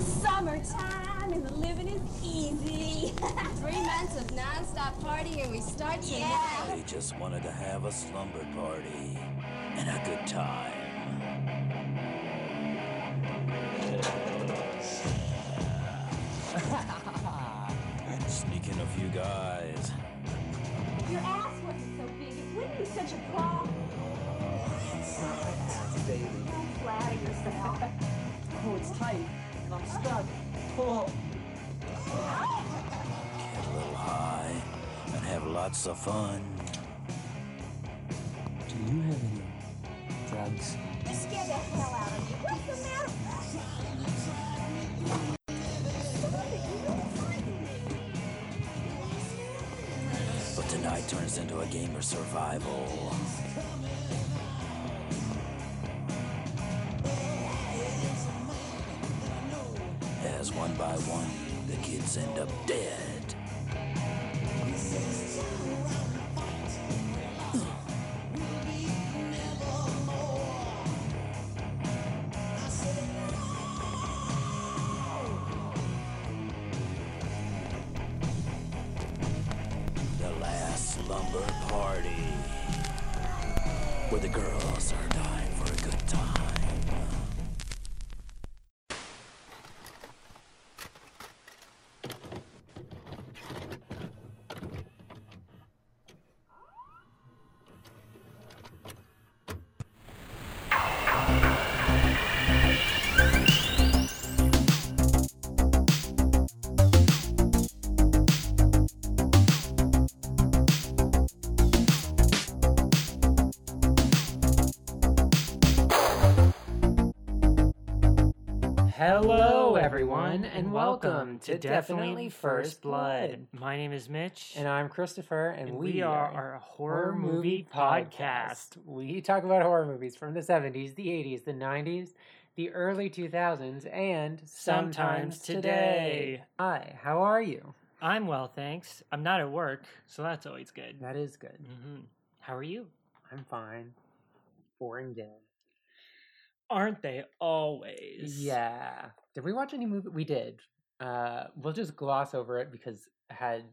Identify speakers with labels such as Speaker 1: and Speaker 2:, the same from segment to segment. Speaker 1: Summertime and the living is easy.
Speaker 2: Three months of nonstop partying, and we start tonight.
Speaker 3: They just wanted to have a slumber party and a good time. Sneaking a few guys.
Speaker 1: Your ass wasn't so big. It wouldn't be such a problem. Don't flatter yourself.
Speaker 4: Oh, it's tight, and I'm stuck. Pull up.
Speaker 3: Get a little high and have lots of fun.
Speaker 4: Do you have any drugs?
Speaker 1: You scared the hell out of me. What's the matter?
Speaker 3: But tonight turns into a game of survival. As one by one, the kids end up dead. The last slumber party. Where the girls are dying for a good time.
Speaker 5: Hello, everyone, and welcome to Definitely First Blood.
Speaker 6: My name is Mitch,
Speaker 5: And I'm Christopher, and,
Speaker 6: and we are a horror movie podcast.
Speaker 5: We talk about horror movies from the 70s, the 80s, the 90s, the early 2000s, and
Speaker 6: Sometimes today.
Speaker 5: Hi, how are you?
Speaker 6: I'm well, thanks. I'm not at work, so that's always good.
Speaker 5: That is good.
Speaker 6: hmm How are you?
Speaker 5: I'm fine. Boring day.
Speaker 6: Aren't they always?
Speaker 5: Yeah. Did we watch any movie? We did. Uh, we'll just gloss over it because I had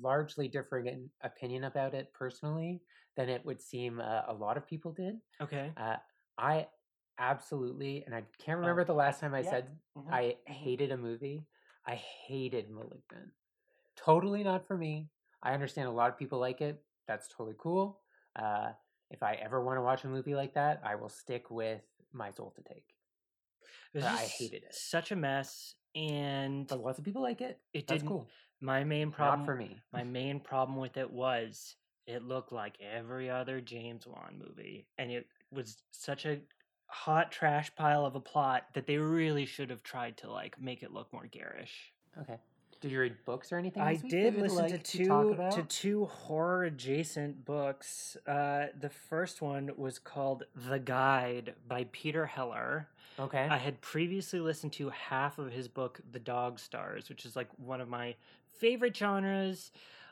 Speaker 5: largely differing an opinion about it personally than it would seem uh, a lot of people did.
Speaker 6: Okay.
Speaker 5: Uh, I absolutely, and I can't
Speaker 6: Oh,
Speaker 5: remember the last time I
Speaker 6: yeah.
Speaker 5: said
Speaker 6: Mhm.
Speaker 5: I hated a movie. I hated Malignant. Totally not for me. I understand a lot of people like it. That's totally cool. Uh, if I ever want to watch a movie like that, I will stick with My Soul to Take.
Speaker 6: was
Speaker 5: but I
Speaker 6: just
Speaker 5: hated it.
Speaker 6: Such a mess, and
Speaker 5: But lots of people like it.
Speaker 6: it
Speaker 5: That's
Speaker 6: didn't.
Speaker 5: cool.
Speaker 6: My main problem
Speaker 5: Not for me.
Speaker 6: My main problem with it was it looked like every other James Wan movie, and it was such a hot trash pile of a plot that they really should have tried to like make it look more garish.
Speaker 5: Okay. Did you read books or anything?
Speaker 6: I
Speaker 5: this week that
Speaker 6: did
Speaker 5: you'd
Speaker 6: listen to
Speaker 5: like
Speaker 6: two
Speaker 5: talk
Speaker 6: to,
Speaker 5: about?
Speaker 6: two horror adjacent books. Uh, the first one was called The Guide by Peter Heller.
Speaker 5: okay.
Speaker 6: I had previously listened to half of his book, The Dog Stars, which is like one of my favorite genres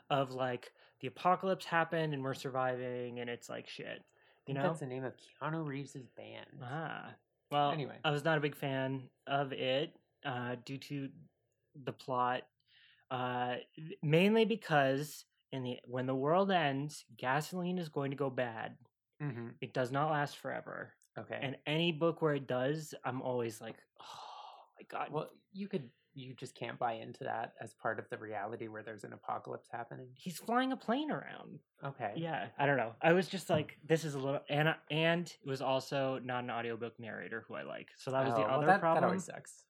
Speaker 6: of like the apocalypse happened and we're surviving and it's like shit. You
Speaker 5: think
Speaker 6: know?
Speaker 5: that's the name of Keanu Reeves's band.
Speaker 6: Ah. Well,
Speaker 5: Anyway.
Speaker 6: I was not a big fan of it uh, due to the plot, uh, mainly because in the when the world ends, gasoline is going to go bad.
Speaker 5: hmm
Speaker 6: It does not last forever.
Speaker 5: Okay.
Speaker 6: And any book where it does, I'm always like, oh my god,
Speaker 5: well, you could. You just can't buy into that as part of the reality where there's an apocalypse happening.
Speaker 6: he's flying a plane around.
Speaker 5: Okay.
Speaker 6: Yeah, I don't know. I was just like, this is a little, and I- and it was also not an audiobook narrator who I like, so that was
Speaker 5: Oh,
Speaker 6: the
Speaker 5: well,
Speaker 6: other
Speaker 5: that,
Speaker 6: problem.
Speaker 5: That always sucks.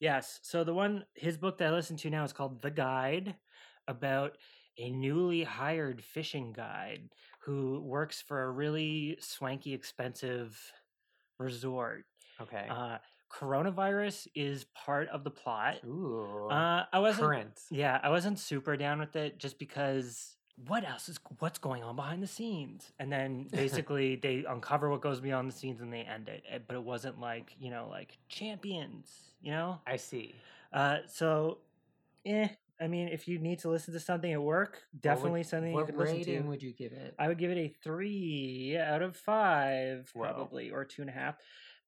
Speaker 6: Yes. So the one his book that I listen to now is called The Guide, about a newly hired fishing guide who works for a really swanky, expensive resort.
Speaker 5: Okay.
Speaker 6: Uh, coronavirus is part of the plot.
Speaker 5: Ooh.
Speaker 6: Uh, I wasn't
Speaker 5: current.
Speaker 6: yeah, I wasn't super down with it just because what else is what's going on behind the scenes? And then basically they uncover what goes beyond the scenes and they end it. Eh, But it wasn't like, you know, like champions, you know?
Speaker 5: I see.
Speaker 6: Uh so eh, I mean, if you need to listen to something at work,
Speaker 5: What would-
Speaker 6: definitely something you
Speaker 5: what
Speaker 6: could listen
Speaker 5: rating
Speaker 6: to.
Speaker 5: would you give it?
Speaker 6: I would give it a three out of five,
Speaker 5: Whoa.
Speaker 6: probably, or two and a half.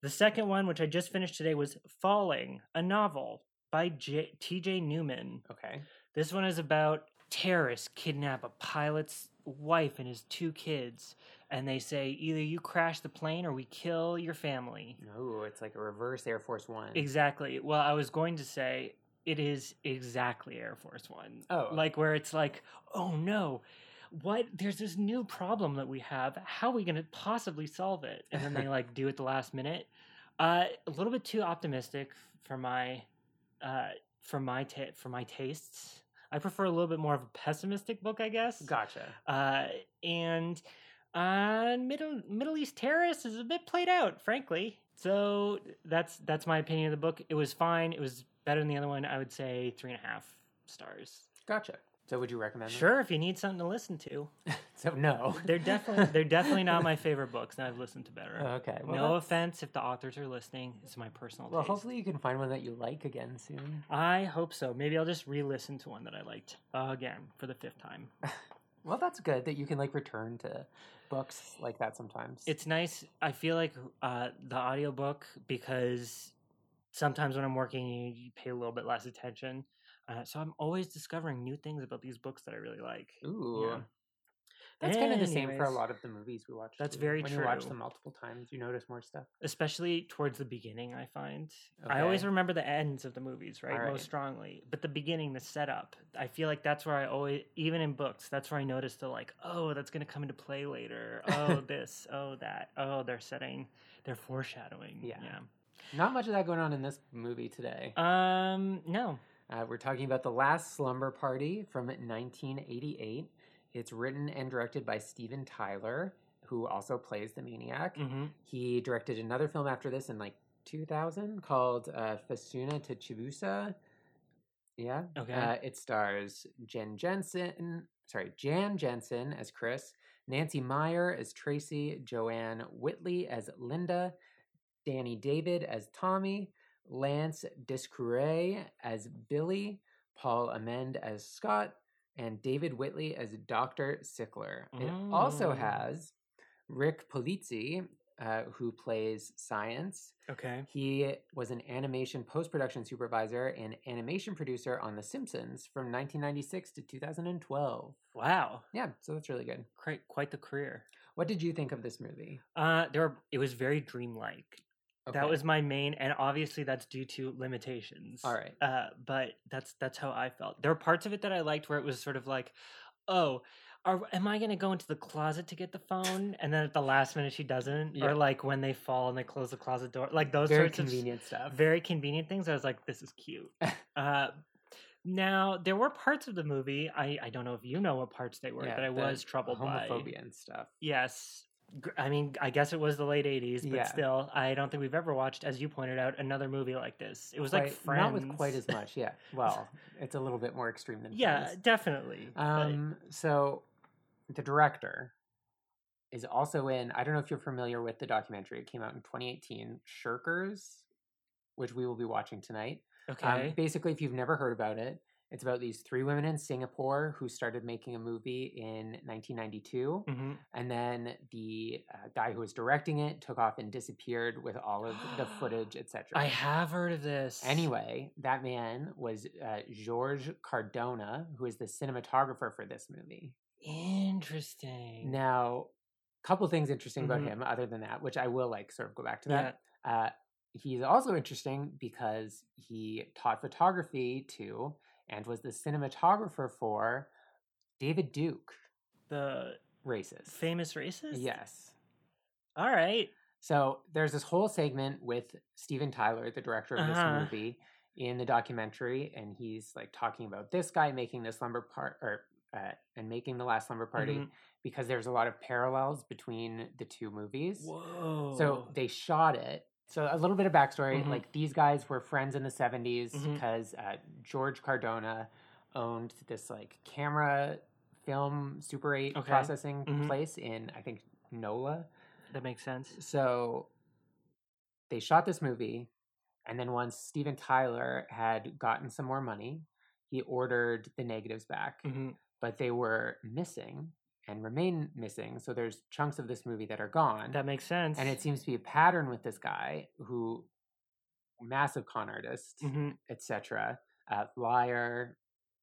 Speaker 6: The second one, which I just finished today, was Falling, a novel by J- T.J. Newman.
Speaker 5: Okay.
Speaker 6: This one is about terrorists kidnap a pilot's wife and his two kids, and they say either you crash the plane or we kill your family.
Speaker 5: No, it's like a reverse Air Force One.
Speaker 6: Exactly. Well, I was going to say it is exactly Air Force One.
Speaker 5: Oh.
Speaker 6: Like where it's like, oh no, what? There's this new problem that we have. How are we going to possibly solve it? And then they like do it the last minute. Uh, a little bit too optimistic for my, uh, for my ta- for my tastes. I prefer a little bit more of a pessimistic book, I guess
Speaker 5: Gotcha.
Speaker 6: uh, and uh, Middle Middle East terrorists is a bit played out, frankly. So that's that's my opinion of the book. It was fine. It was better than the other one. I would say three and a half stars.
Speaker 5: Gotcha. So would you recommend? them?
Speaker 6: Sure, if you need something to listen to,
Speaker 5: So no.
Speaker 6: they're definitely they're definitely not my favorite books, and I've listened to better.
Speaker 5: Okay. Well,
Speaker 6: no
Speaker 5: that's-
Speaker 6: offense if the authors are listening. It's my personal
Speaker 5: Well,
Speaker 6: taste.
Speaker 5: hopefully you can find one that you like again soon.
Speaker 6: I hope so. Maybe I'll just re-listen to one that I liked again for the fifth time.
Speaker 5: Well, that's good that you can like return to books like that sometimes.
Speaker 6: It's nice. I feel like uh, the audiobook because sometimes when I'm working, you, you pay a little bit less attention. Uh, so I'm always discovering new things about these books that I really like.
Speaker 5: ooh. That's kind of the same for a
Speaker 6: Anyways,
Speaker 5: lot of the movies we watch.
Speaker 6: That's
Speaker 5: too.
Speaker 6: very
Speaker 5: When you watch
Speaker 6: true.
Speaker 5: them multiple times, you notice more stuff.
Speaker 6: especially towards the beginning. I find I always
Speaker 5: Okay.
Speaker 6: remember the ends of the movies, right,
Speaker 5: Alright.
Speaker 6: most strongly. But the beginning, the setup, I feel like that's where I always, even in books, that's where I notice the like, oh, that's going to come into play later. Oh, this, oh that, oh, they're setting, they're foreshadowing.
Speaker 5: Yeah. Not much of that going on in this movie today.
Speaker 6: yeah. Um, no.
Speaker 5: Uh, we're talking about The Last Slumber Party from 1988. It's written and directed by Steven Tyler, who also plays the maniac.
Speaker 6: Mm-hmm.
Speaker 5: He directed another film after this in like 2000 called uh, Fasuna to Chibusa. Yeah.
Speaker 6: Okay.
Speaker 5: Uh, it stars Jen Jensen, sorry, Jan Jensen as Chris, Nancy Meyer as Tracy, Joanne Whitley as Linda, Danny David as Tommy, Lance Discouray as Billy, Paul Amend as Scott, and David Whitley as Dr. Sickler. It also
Speaker 6: Mm.
Speaker 5: has Rick Polizzi, uh, who plays Science,
Speaker 6: okay.
Speaker 5: he was an animation post production supervisor and animation producer on The Simpsons from 1996 to 2012.
Speaker 6: Wow.
Speaker 5: Yeah, so that's really good.
Speaker 6: Quite quite the career.
Speaker 5: What did you think of this movie?
Speaker 6: Uh, there were, it was very dreamlike. That
Speaker 5: Okay.
Speaker 6: was my main, and obviously that's due to limitations.
Speaker 5: All right.
Speaker 6: Uh, but that's that's how I felt. There were parts of it that I liked where it was sort of like, oh, are, am I going to go into the closet to get the phone? And then at the last minute she doesn't,
Speaker 5: Yeah.
Speaker 6: or like when they fall and they close the closet door, like those
Speaker 5: very
Speaker 6: sorts of s-
Speaker 5: convenient stuff.
Speaker 6: very convenient things. I was like, this is cute. uh, now there were parts of the movie. I, I don't know if you know what parts they were,
Speaker 5: Yeah,
Speaker 6: but I
Speaker 5: the
Speaker 6: was troubled
Speaker 5: homophobia
Speaker 6: by.
Speaker 5: and stuff.
Speaker 6: Yes, Gr- I mean I guess it was the late '80s, but
Speaker 5: Yeah.
Speaker 6: still, I don't think we've ever watched, as you pointed out, another movie like this. It was like
Speaker 5: Quite-
Speaker 6: Friends,
Speaker 5: not with quite as much. Yeah. Well, it's a little bit more extreme than
Speaker 6: yeah,
Speaker 5: Friends.
Speaker 6: definitely. but-
Speaker 5: Um. So, the director is also in. I don't know if you're familiar with the documentary. It came out in 2018, Shirkers, which we will be watching tonight.
Speaker 6: okay.
Speaker 5: Um, basically, if you've never heard about it, it's about these three women in Singapore who started making a movie in 1992,
Speaker 6: Mhm.
Speaker 5: and then the uh, guy who was directing it took off and disappeared with all of the footage, etc.
Speaker 6: I have heard of this.
Speaker 5: Anyway, that man was uh, George Cardona, who is the cinematographer for this movie.
Speaker 6: interesting.
Speaker 5: Now, a couple things interesting
Speaker 6: Mhm.
Speaker 5: about him, other than that, which I will like sort of go back to
Speaker 6: Yeah.
Speaker 5: that. Uh, he's also interesting because he taught photography to and was the cinematographer for David Duke,
Speaker 6: the
Speaker 5: racist.
Speaker 6: famous racist.
Speaker 5: Yes.
Speaker 6: All right.
Speaker 5: So there's this whole segment with Steven Tyler, the director of
Speaker 6: Uh-huh.
Speaker 5: this movie, in the documentary, and he's like talking about this guy making this lumber part or uh, and making the last lumber party
Speaker 6: Mhm.
Speaker 5: because there's a lot of parallels between the two movies.
Speaker 6: Whoa.
Speaker 5: So they shot it. So a little bit of backstory:
Speaker 6: Mhm.
Speaker 5: like these guys were friends in the '70s
Speaker 6: Mhm.
Speaker 5: because uh, George Cardona owned this like camera, film, Super 8
Speaker 6: Okay.
Speaker 5: processing
Speaker 6: Mhm.
Speaker 5: place in I think NOLA.
Speaker 6: that makes sense.
Speaker 5: So they shot this movie, and then once Steven Tyler had gotten some more money, he ordered the negatives back,
Speaker 6: hmm
Speaker 5: but they were missing, and remain missing. So there's chunks of this movie that are gone.
Speaker 6: That makes sense.
Speaker 5: and it seems to be a pattern with this guy who massive con artist
Speaker 6: hmm
Speaker 5: etc uh, liar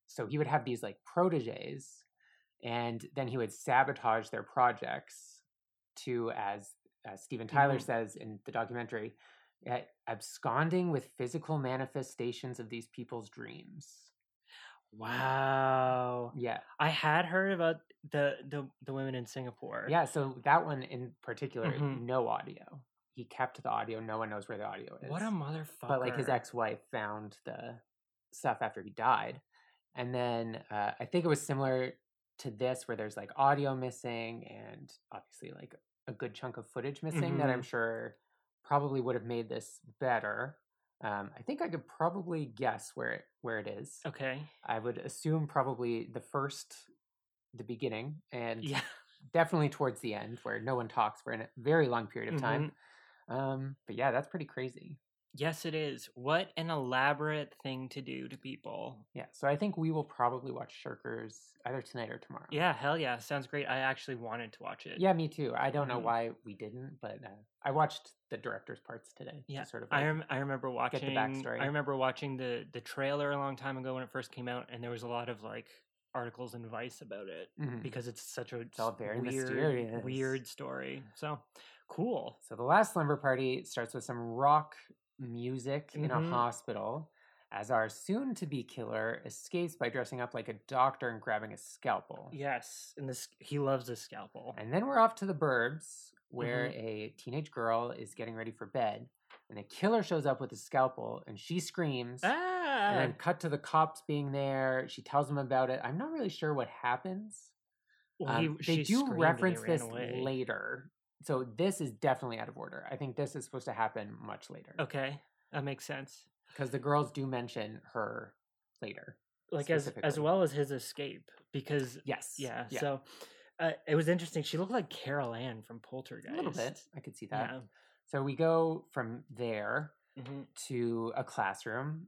Speaker 5: so he would have these like proteges and then he would sabotage their projects to as uh, steven tyler
Speaker 6: Mhm.
Speaker 5: says in the documentary uh, absconding with physical manifestations of these people's dreams
Speaker 6: Wow.
Speaker 5: yeah
Speaker 6: I had heard about the the, the women in Singapore.
Speaker 5: yeah so that one in particular
Speaker 6: Mhm.
Speaker 5: no audio he kept the audio no one knows where the audio is
Speaker 6: What a motherfucker.
Speaker 5: but like his ex-wife found the stuff after he died and then uh, i think it was similar to this where there's like audio missing and obviously like a good chunk of footage missing that i'm sure probably would have made this better um, i think i could probably guess where it where it is
Speaker 6: Okay.
Speaker 5: i would assume probably the first the beginning and
Speaker 6: Yeah.
Speaker 5: definitely towards the end where no one talks for a very long period of time um, but yeah that's pretty crazy
Speaker 6: Yes, it is. What an elaborate thing to do to people.
Speaker 5: Yeah, so I think we will probably watch Shirkers either tonight or tomorrow.
Speaker 6: Yeah, hell yeah. Sounds great. I actually wanted to watch it.
Speaker 5: Yeah, me too. I don't know
Speaker 6: Mhm.
Speaker 5: why we didn't, but uh, I watched the director's parts today.
Speaker 6: Yeah,
Speaker 5: to sort of.
Speaker 6: I,
Speaker 5: like-
Speaker 6: rem- I remember watching.
Speaker 5: the backstory.
Speaker 6: I remember watching the the trailer a long time ago when it first came out, and there was a lot of like articles in Vice about it
Speaker 5: Mhm.
Speaker 6: because it's such a
Speaker 5: all
Speaker 6: s-
Speaker 5: very
Speaker 6: weird,
Speaker 5: mysterious.
Speaker 6: weird story. So cool.
Speaker 5: So the last slumber party starts with some rock music in a
Speaker 6: Mhm.
Speaker 5: hospital as our soon-to-be killer escapes by dressing up like a doctor and grabbing a scalpel.
Speaker 6: Yes, and this he loves a scalpel.
Speaker 5: And then we're off to the burbs where
Speaker 6: Mm-hmm.
Speaker 5: a teenage girl is getting ready for bed, and the killer shows up with a scalpel, and she screams.
Speaker 6: ah,
Speaker 5: and then cut to the cops being there. She tells them about it. I'm not really sure what happens.
Speaker 6: well,
Speaker 5: Um,
Speaker 6: he, she
Speaker 5: they do
Speaker 6: screamed and he
Speaker 5: reference
Speaker 6: ran
Speaker 5: this
Speaker 6: away.
Speaker 5: later, so this is definitely out of order. I think this is supposed to happen much later
Speaker 6: Okay, that makes sense.
Speaker 5: because the girls do mention her later.
Speaker 6: Like as as
Speaker 5: Specifically.
Speaker 6: well as his escape because
Speaker 5: Yes.
Speaker 6: yeah. So uh, it was interesting. She looked like Carol Ann from Poltergeist.
Speaker 5: a little bit. I could see that.
Speaker 6: Yeah.
Speaker 5: So we go from there
Speaker 6: hmm
Speaker 5: to a classroom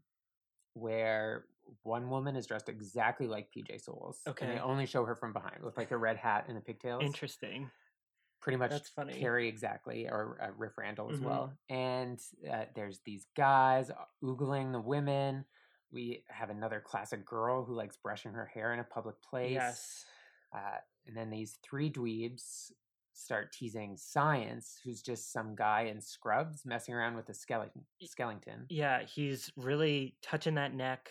Speaker 5: where one woman is dressed exactly like PJ Souls. And
Speaker 6: Okay.
Speaker 5: they only show her from behind with like a red hat and the pigtails.
Speaker 6: Interesting.
Speaker 5: pretty much
Speaker 6: That's funny.
Speaker 5: Carrie exactly, or uh, Riff Randall as
Speaker 6: Mhm.
Speaker 5: well. And uh, there's these guys uh, oogling the women. We have another classic girl who likes brushing her hair in a public place.
Speaker 6: Yes.
Speaker 5: Uh, and then these three dweebs start teasing Science, who's just some guy in scrubs messing around with a skeleton. skeleton.
Speaker 6: Yeah, he's really touching that neck,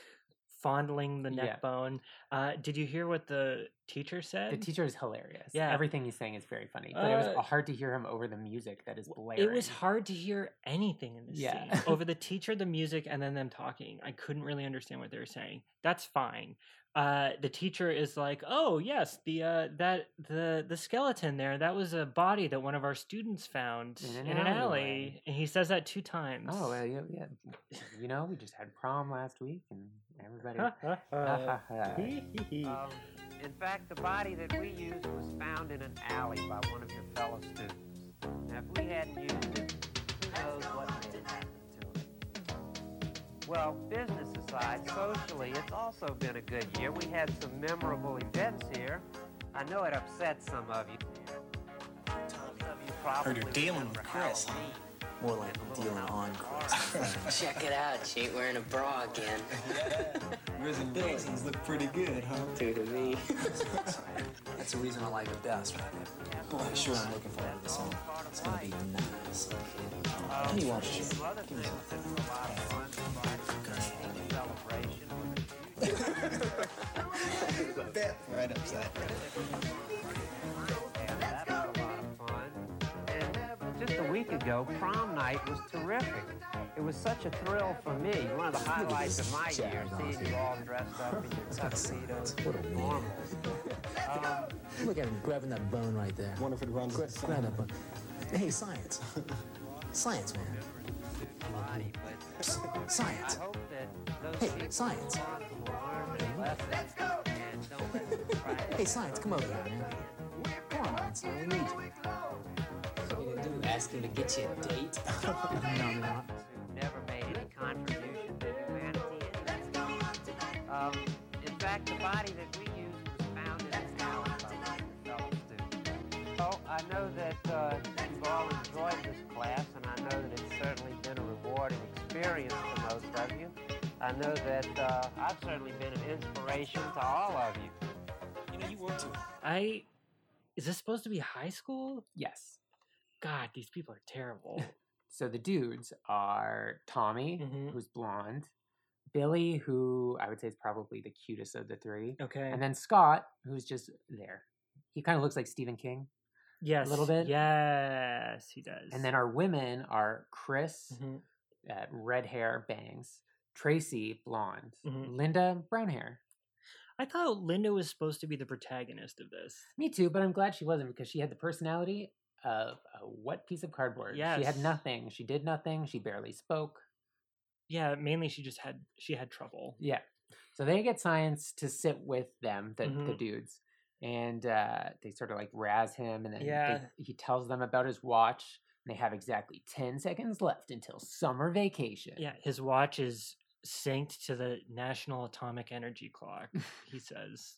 Speaker 6: fondling the neck
Speaker 5: Yeah.
Speaker 6: bone. Uh, did you hear what the teacher said?
Speaker 5: The teacher is hilarious.
Speaker 6: Yeah.
Speaker 5: Everything he's saying is very funny, but it
Speaker 6: Uh,
Speaker 5: was hard to hear him over the music that is blaring.
Speaker 6: It was hard to hear anything in this
Speaker 5: Yeah.
Speaker 6: scene over the teacher, the music, and then them talking. I couldn't really understand what they were saying. That's fine. Uh, the teacher is like, "Oh yes, the uh, that the the skeleton there. That was a body that one of our students found
Speaker 5: In
Speaker 6: in
Speaker 5: an
Speaker 6: an,
Speaker 5: alleyway."
Speaker 6: alley," and he says that two times.
Speaker 5: Oh well, yeah, yeah. You know, we just had prom last week, and everybody.
Speaker 6: Uh,
Speaker 7: Um, in fact, the body that we used was found in an alley by one of your fellow students. Now, if we hadn't used it, who knows what would have happened to it? Well, business aside, socially, it's also been a good year. We had some memorable events here. I know it upset some of you. Some of you probably
Speaker 3: Heard you're dealing with
Speaker 7: remember
Speaker 3: Chris, huh?
Speaker 7: Halloween.
Speaker 3: More like dealing on Chris.
Speaker 8: Check it out, she ain't wearing a bra again.
Speaker 3: Risen Billings look pretty good, huh?
Speaker 8: Through to me.
Speaker 3: That's the reason I like it best, right? Boy, I'm sure I'm looking forward to this song. It's gonna be nice.
Speaker 7: Um,
Speaker 3: Anyone should.
Speaker 7: some other things that were a lot of fun, like celebration with a few
Speaker 3: That right upside
Speaker 7: That's a lot of fun. And uh, just a week ago, prom night was terrific. It was such a thrill for me. One of the highlights of my year, seeing you all dressed up in your tuxedos
Speaker 3: What a
Speaker 7: and
Speaker 3: weirdo.
Speaker 7: formals. Um,
Speaker 3: Look at him grabbing that bone right there. Wonder if it runs. Grab, grab that bone. Hey, science. science, man.
Speaker 7: body, but
Speaker 3: Psst,
Speaker 7: I
Speaker 3: Science.
Speaker 7: hope that those
Speaker 3: Hey,
Speaker 7: people
Speaker 3: science.
Speaker 7: will learn their lesson and don't try to
Speaker 3: Hey, science, come over here, man. Come on, man, son, we need you.
Speaker 8: Ask him to get you a date.
Speaker 3: No, no, no.
Speaker 7: who never made any contribution to humanity. Um, in fact, the body that we used was found in an alley by one of your fellow I know that uh, you've all enjoyed this class, and I know that it's certainly been a rewarding experience for most of you. I know that uh, I've certainly been an inspiration to all of you.
Speaker 8: You know, you were too.
Speaker 6: I is this supposed to be high school?
Speaker 5: Yes.
Speaker 6: God, these people are terrible.
Speaker 5: So the dudes are Tommy,
Speaker 6: Mhm.
Speaker 5: who's blonde, Billy, who I would say is probably the cutest of the three,
Speaker 6: Okay.
Speaker 5: and then Scott, who's just there. He kind of looks like Stephen King.
Speaker 6: yes.
Speaker 5: little bit.
Speaker 6: Yes, he does.
Speaker 5: And then our women are Chris,
Speaker 6: Mhm.
Speaker 5: uh, red hair, bangs, Tracy, blonde,
Speaker 6: Mhm.
Speaker 5: Linda, brown hair.
Speaker 6: I thought Linda was supposed to be the protagonist of this.
Speaker 5: Me too, but I'm glad she wasn't because she had the personality of a wet piece of cardboard. She had
Speaker 6: Yes.
Speaker 5: nothing. She did nothing. She barely spoke.
Speaker 6: Yeah, mainly she just had she had trouble.
Speaker 5: Yeah. So they get science to sit with them, the, the
Speaker 6: Mhm.
Speaker 5: dudes, and uh, they sort of like razz him, and then they-
Speaker 6: Yeah.
Speaker 5: he tells them about his watch. And they have exactly ten seconds left until summer vacation.
Speaker 6: Yeah, his watch is synced to the National Atomic Energy Clock. he says.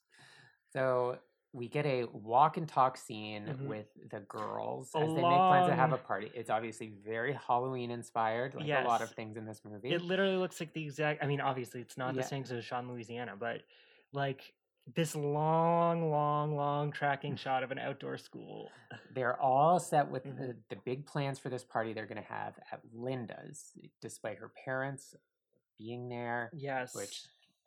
Speaker 5: So we get a walk and talk scene
Speaker 6: Mhm.
Speaker 5: with the girls as they make plans to have a
Speaker 6: Along-
Speaker 5: party. It's obviously very Halloween inspired, like a lot of
Speaker 6: Yes.
Speaker 5: things in this movie.
Speaker 6: It literally looks like the exact. I mean, obviously, it's not
Speaker 5: Yeah.
Speaker 6: the same because it was shot in Louisiana, but like this long, long, long tracking shot of an outdoor school.
Speaker 5: They're all set with
Speaker 6: Mhm.
Speaker 5: the, the big plans for this party they're going to have at Linda's, despite her parents being there,
Speaker 6: Yes,
Speaker 5: which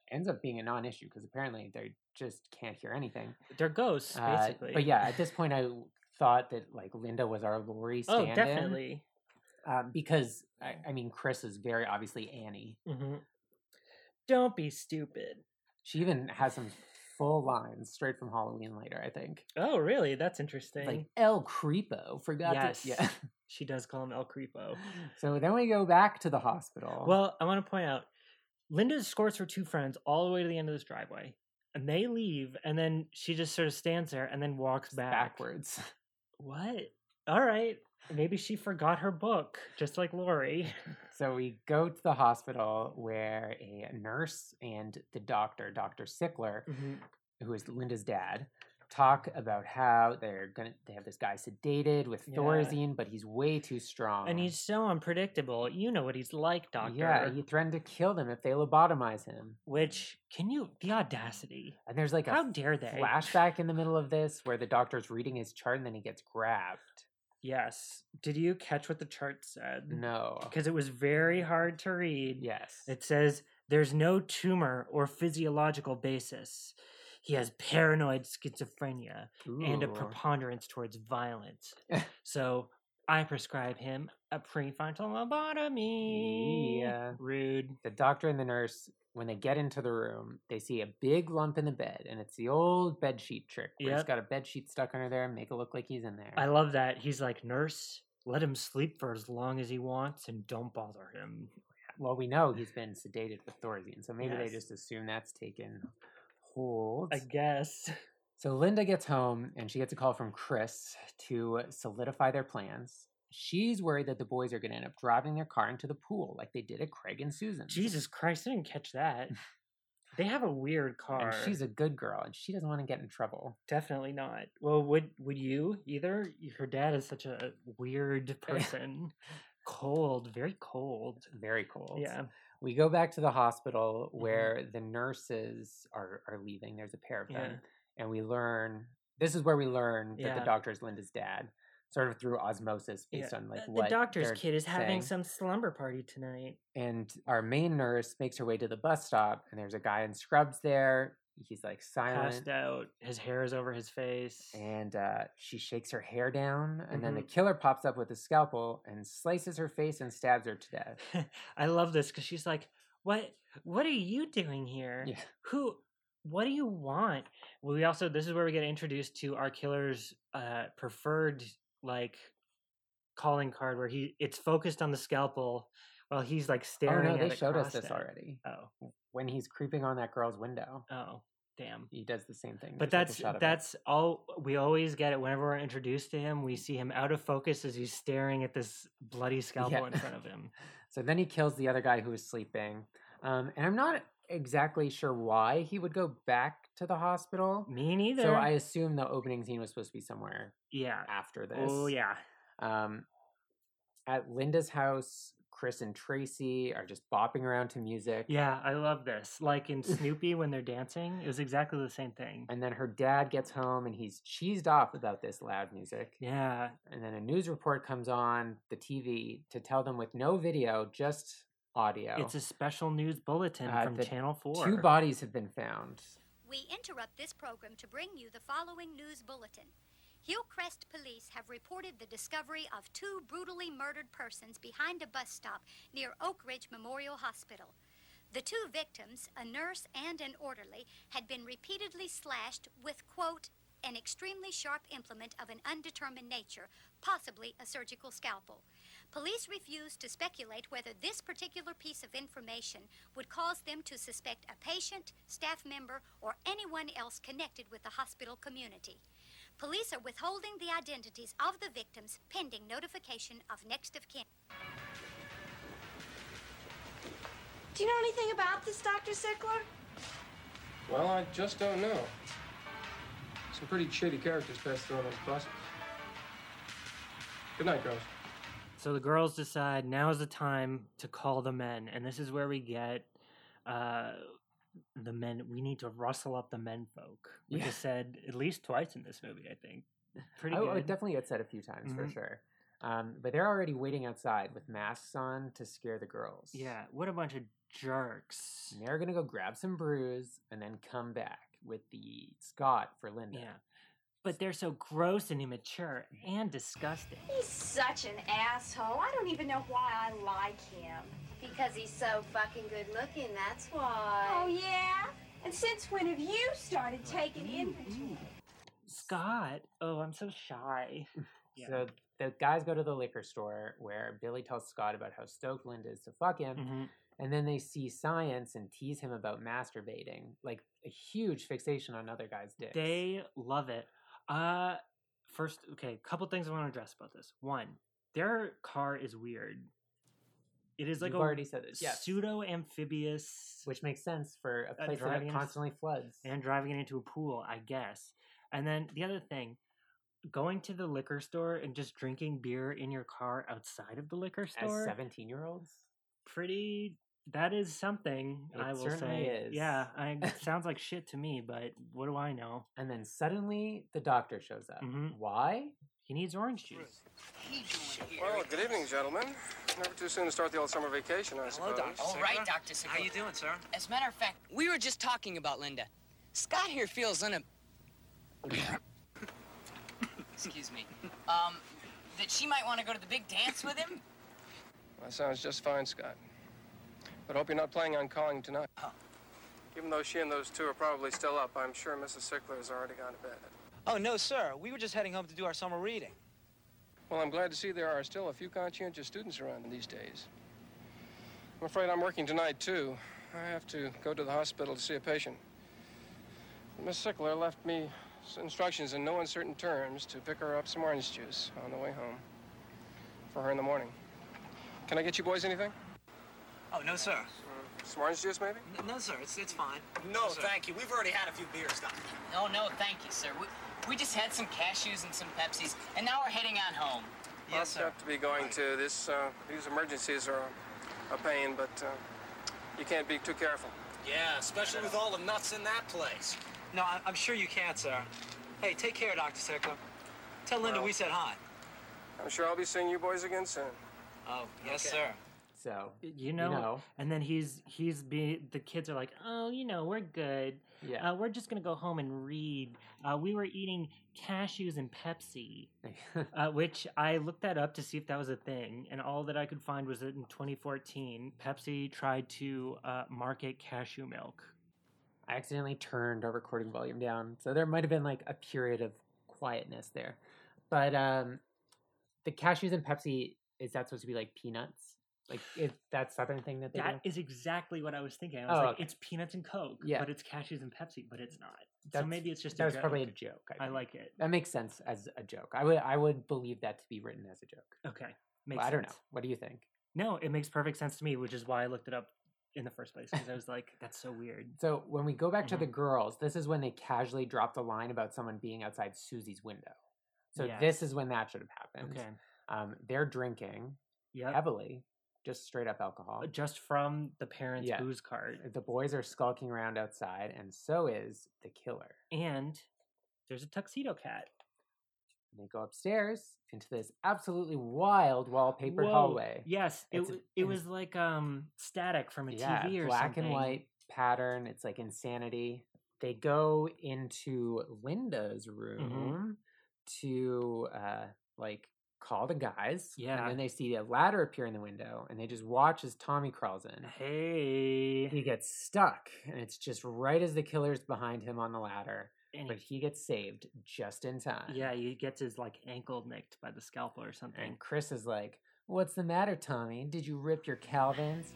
Speaker 5: ends up being a non issue because apparently they just can't hear anything.
Speaker 6: they're ghosts,
Speaker 5: Uh,
Speaker 6: basically.
Speaker 5: but yeah, at this point, I thought that like Linda was our Lori
Speaker 6: oh,
Speaker 5: stand in.
Speaker 6: definitely.
Speaker 5: Um, because, I, I mean, Chris is very obviously Annie.
Speaker 6: hmm Don't be stupid.
Speaker 5: She even has some full lines straight from Halloween later, I think.
Speaker 6: Oh, really? That's interesting.
Speaker 5: Like El Creepo, forgot
Speaker 6: Yes.
Speaker 5: to yeah.
Speaker 6: she does call him El Creepo.
Speaker 5: So then we go back to the hospital.
Speaker 6: Well, I want to point out Linda escorts her two friends all the way to the end of this driveway, and they leave, and then she just sort of stands there and then walks
Speaker 5: It's
Speaker 6: back.
Speaker 5: backwards.
Speaker 6: What? All right. Maybe she forgot her book, just like Lori.
Speaker 5: So we go to the hospital where a nurse and the doctor, Dr. Sickler, who is Linda's dad, talk about how they're gonna they have this guy sedated with
Speaker 6: Yeah.
Speaker 5: Thorazine, but he's way too strong.
Speaker 6: And he's so unpredictable. You know what he's like, Doctor.
Speaker 5: Yeah, he threatened to kill them if they lobotomize him.
Speaker 6: Which, can you, the audacity.
Speaker 5: And there's like a
Speaker 6: How dare they?
Speaker 5: flashback in the middle of this where the doctor's reading his chart and then he gets grabbed.
Speaker 6: Yes. Did you catch what the chart said?
Speaker 5: No.
Speaker 6: Because it was very hard to read.
Speaker 5: Yes.
Speaker 6: It says there's no tumor or physiological basis. He has paranoid schizophrenia. and a
Speaker 5: Ooh.
Speaker 6: preponderance towards violence. so I prescribe him a prefrontal lobotomy.
Speaker 5: Yeah.
Speaker 6: Rude.
Speaker 5: The doctor and the nurse, when they get into the room, they see a big lump in the bed, and it's the old bed sheet trick. Where He's
Speaker 6: Yep.
Speaker 5: got a bed sheet stuck under there, make it look like he's in there.
Speaker 6: I love that. He's like, nurse, let him sleep for as long as he wants and don't bother him.
Speaker 5: well, we know he's been sedated with Thorazine, so maybe they
Speaker 6: Yes.
Speaker 5: just assume that's taken hold.
Speaker 6: I guess.
Speaker 5: So Linda gets home and she gets a call from Chris to solidify their plans. She's worried that the boys are going to end up driving their car into the pool like they did at Craig and Susan.
Speaker 6: Jesus Christ, I didn't catch that. They have a weird car.
Speaker 5: And she's a good girl and she doesn't want to get in trouble.
Speaker 6: definitely not. Well, would would you either? Her dad is such a weird person. cold, very cold.
Speaker 5: Very cold.
Speaker 6: Yeah.
Speaker 5: We go back to the hospital
Speaker 6: Mm-hmm.
Speaker 5: where the nurses are, are leaving. There's a pair of
Speaker 6: Yeah.
Speaker 5: them. And we learn this is where we learn that the
Speaker 6: Yeah.
Speaker 5: doctor is Linda's dad, sort of through osmosis
Speaker 6: Yeah,
Speaker 5: based on like
Speaker 6: uh,
Speaker 5: what
Speaker 6: the doctor's
Speaker 5: they're
Speaker 6: kid is having
Speaker 5: saying.
Speaker 6: some slumber party tonight.
Speaker 5: and our main nurse makes her way to the bus stop and there's a guy in scrubs there he's like silent
Speaker 6: Passed out, his hair is over his face.
Speaker 5: and uh, she shakes her hair down and then the
Speaker 6: Mhm.
Speaker 5: killer pops up with a scalpel and slices her face and stabs her to death
Speaker 6: I love this because she's like, "What? What are you doing here?
Speaker 5: yeah
Speaker 6: Who? What do you want?" We also this is where we get introduced to our killer's uh, preferred like calling card, where he it's focused on the scalpel while he's like
Speaker 5: oh
Speaker 6: staring.
Speaker 5: no
Speaker 6: at
Speaker 5: they
Speaker 6: it
Speaker 5: showed us
Speaker 6: crossed
Speaker 5: this
Speaker 6: out.
Speaker 5: already
Speaker 6: Oh,
Speaker 5: when he's creeping on that girl's window
Speaker 6: oh, damn.
Speaker 5: he does the same thing
Speaker 6: But
Speaker 5: There's, like, a
Speaker 6: that's
Speaker 5: shot of it.
Speaker 6: that's all we always get it whenever we're introduced to him. We see him out of focus as he's staring at this bloody scalpel in front of him.
Speaker 5: so then he kills the other guy who was sleeping um, and i'm not exactly sure why he would go back to the hospital.
Speaker 6: Me neither.
Speaker 5: So I assume the opening scene was supposed to be somewhere
Speaker 6: yeah.
Speaker 5: after this.
Speaker 6: Oh yeah.
Speaker 5: Um, at Linda's house, Chris and Tracy are just bopping around to music.
Speaker 6: Yeah, I love this. Like in Snoopy when they're dancing, it was exactly the same thing.
Speaker 5: And then her dad gets home and he's cheesed off about this loud music.
Speaker 6: Yeah.
Speaker 5: And then a news report comes on the TV to tell them with no video, just audio.
Speaker 6: It's a special news bulletin
Speaker 5: Uh,
Speaker 6: from
Speaker 5: the
Speaker 6: Channel 4.
Speaker 5: Two bodies have been found.
Speaker 9: We interrupt this program to bring you the following news bulletin. Hillcrest police have reported the discovery of two brutally murdered persons behind a bus stop near Oak Ridge Memorial Hospital. The two victims, a nurse and an orderly, had been repeatedly slashed with, quote, an extremely sharp implement of an undetermined nature, possibly a surgical scalpel. Police refused to speculate whether this particular piece of information would cause them to suspect a patient, staff member, or anyone else connected with the hospital community. Police are withholding the identities of the victims pending notification of next of kin.
Speaker 2: Do you know anything about this, Dr. Sickler?
Speaker 10: Well, I just don't know. Some pretty shitty characters pass through on those buses. Good night, girls.
Speaker 6: So the girls decide now's the time to call the men, and this is where we get uh, the men. We need to rustle up the men folk, which
Speaker 5: Yeah.
Speaker 6: is said at least twice in this movie, I think. Pretty
Speaker 5: Oh,
Speaker 6: good.
Speaker 5: it definitely gets said a few times for
Speaker 6: Mhm.
Speaker 5: sure. Um, but they're already waiting outside with masks on to scare the girls.
Speaker 6: Yeah, what a bunch of jerks.
Speaker 5: And they're gonna go grab some brews and then come back with the Scott for Linda.
Speaker 6: Yeah. But they're so gross and immature and disgusting.
Speaker 2: He's such an asshole. I don't even know why I like him.
Speaker 11: Because he's so fucking good looking, that's why.
Speaker 2: Oh, yeah? And since when have you started taking inventory?
Speaker 6: Scott, oh, I'm so shy. Yeah.
Speaker 5: So the guys go to the liquor store where Billy tells Scott about how stoked Linda is to fuck him,
Speaker 6: Mhm.
Speaker 5: and then they see science and tease him about masturbating, like a huge fixation on other guys' dicks.
Speaker 6: They love it. Uh first okay, couple things I want to address about this. One, their car is weird. It is like
Speaker 5: You've
Speaker 6: a
Speaker 5: already said this, yes.
Speaker 6: pseudo amphibious
Speaker 5: which makes sense for a
Speaker 6: Uh,
Speaker 5: place that
Speaker 6: driving in a s-
Speaker 5: constantly floods.
Speaker 6: and driving it into a pool, I guess. And then the other thing, going to the liquor store and just drinking beer in your car outside of the liquor
Speaker 5: as
Speaker 6: store.
Speaker 5: seventeen-year-olds,
Speaker 6: pretty that is something I
Speaker 5: It
Speaker 6: will
Speaker 5: certainly
Speaker 6: say.
Speaker 5: is.
Speaker 6: Yeah, I, it sounds like shit to me, but what do I know?
Speaker 5: and then suddenly the doctor shows up.
Speaker 6: Mhm.
Speaker 5: Why?
Speaker 6: He needs orange juice.
Speaker 10: Well, good evening, gentlemen. Never too soon to start the old summer vacation, I suppose.
Speaker 8: All right, Dr. Sickler. How you doing, sir? As a matter of fact, we were just talking about Linda. Scott here feels un... Excuse me. Um, that she might want to go to the big dance with him?
Speaker 10: That sounds just fine, Scott. But hope you're not planning on calling tonight. Even though she and those two are probably still up, I'm sure Mrs. Sickler has already gone to bed.
Speaker 12: Oh, no, sir. We were just heading home to do our summer reading.
Speaker 10: Well, I'm glad to see there are still a few conscientious students around these days. I'm afraid I'm working tonight, too. I have to go to the hospital to see a patient. Miss Sickler left me s- instructions in no uncertain terms to pick her up some orange juice on the way home for her in the morning. Can I get you boys anything?
Speaker 12: Oh, no, sir.
Speaker 10: Some orange juice, maybe?
Speaker 12: N- No, sir. It's, it's fine.
Speaker 7: No, thank you. We've already had a few beers, Doc.
Speaker 8: Oh, no, thank you, sir. We, we just had some cashews and some Pepsis, and now we're heading on home.
Speaker 12: Yes,
Speaker 10: I'll
Speaker 12: sir.
Speaker 10: have to be going to this. Uh, these emergencies are a, a pain, but uh, you can't be too careful.
Speaker 7: Yeah, especially with all the nuts in that place.
Speaker 12: No, I- I'm sure you can't, sir. Hey, take care, Dr. Sickler. Tell Linda
Speaker 10: Well.
Speaker 12: we said hi.
Speaker 10: I'm sure I'll be seeing you boys again soon.
Speaker 12: Oh, yes,
Speaker 7: Okay.
Speaker 12: sir.
Speaker 5: So
Speaker 6: You know,
Speaker 5: know.
Speaker 6: and then he's he's be the kids are like, oh, you know, we're good.
Speaker 5: yeah,
Speaker 6: Uh, we're just gonna go home and read. Uh, we were eating cashews and Pepsi, uh, which I looked that up to see if that was a thing, and all that I could find was that in 2014, Pepsi tried to uh, market cashew milk.
Speaker 5: I accidentally turned our recording volume down, so there might have been like a period of quietness there. But um, the cashews and Pepsi is that supposed to be like peanuts? Like is that southern thing that they
Speaker 6: That
Speaker 5: do?
Speaker 6: is exactly what I was thinking. I was
Speaker 5: Oh,
Speaker 6: like,
Speaker 5: okay.
Speaker 6: it's peanuts and Coke,
Speaker 5: Yeah.
Speaker 6: but it's cashews and Pepsi, but it's not. so
Speaker 5: That's-
Speaker 6: maybe it's just
Speaker 5: that
Speaker 6: a
Speaker 5: was probably a
Speaker 6: joke.
Speaker 5: joke.
Speaker 6: I
Speaker 5: think.
Speaker 6: like it.
Speaker 5: that makes sense as a joke. I would I would believe that to be written as a joke.
Speaker 6: Okay,
Speaker 5: But
Speaker 6: makes
Speaker 5: I don't
Speaker 6: sense.
Speaker 5: know. What do you think?
Speaker 6: No, it makes perfect sense to me, which is why I looked it up in the first place because I was like, that's so weird.
Speaker 5: So when we go back to the
Speaker 6: Mm-hmm.
Speaker 5: girls, this is when they casually dropped a line about someone being outside Susie's window. So
Speaker 6: Yes.
Speaker 5: this is when that should have happened.
Speaker 6: Okay.
Speaker 5: Um, they're drinking heavily, just straight
Speaker 6: Uh,
Speaker 5: up alcohol.
Speaker 6: Just from the parents' booze
Speaker 5: card. The boys are skulking around outside, and so is the killer.
Speaker 6: And there's a tuxedo cat.
Speaker 5: And they go upstairs into this absolutely wild wallpapered
Speaker 6: Whoa,
Speaker 5: hallway.
Speaker 6: Yes, it,
Speaker 5: It's a-
Speaker 6: w- it
Speaker 5: and-
Speaker 6: was like um static from a
Speaker 5: yeah,
Speaker 6: TV or
Speaker 5: black
Speaker 6: something.
Speaker 5: and white pattern. It's like insanity. They go into Linda's
Speaker 6: Mm-hmm.
Speaker 5: room to uh, like call the guys.
Speaker 6: Yeah.
Speaker 5: and then they see a ladder appear in the window, and they just watch as Tommy crawls in.
Speaker 6: Hey,
Speaker 5: he gets stuck, and it's just right as the killer's behind him on the ladder.
Speaker 6: And
Speaker 5: but he gets saved just in time.
Speaker 6: Yeah, he gets his like ankle nicked by the scalpel or something.
Speaker 5: And Chris is like, "What's the matter, Tommy? Did you rip your Calvins?"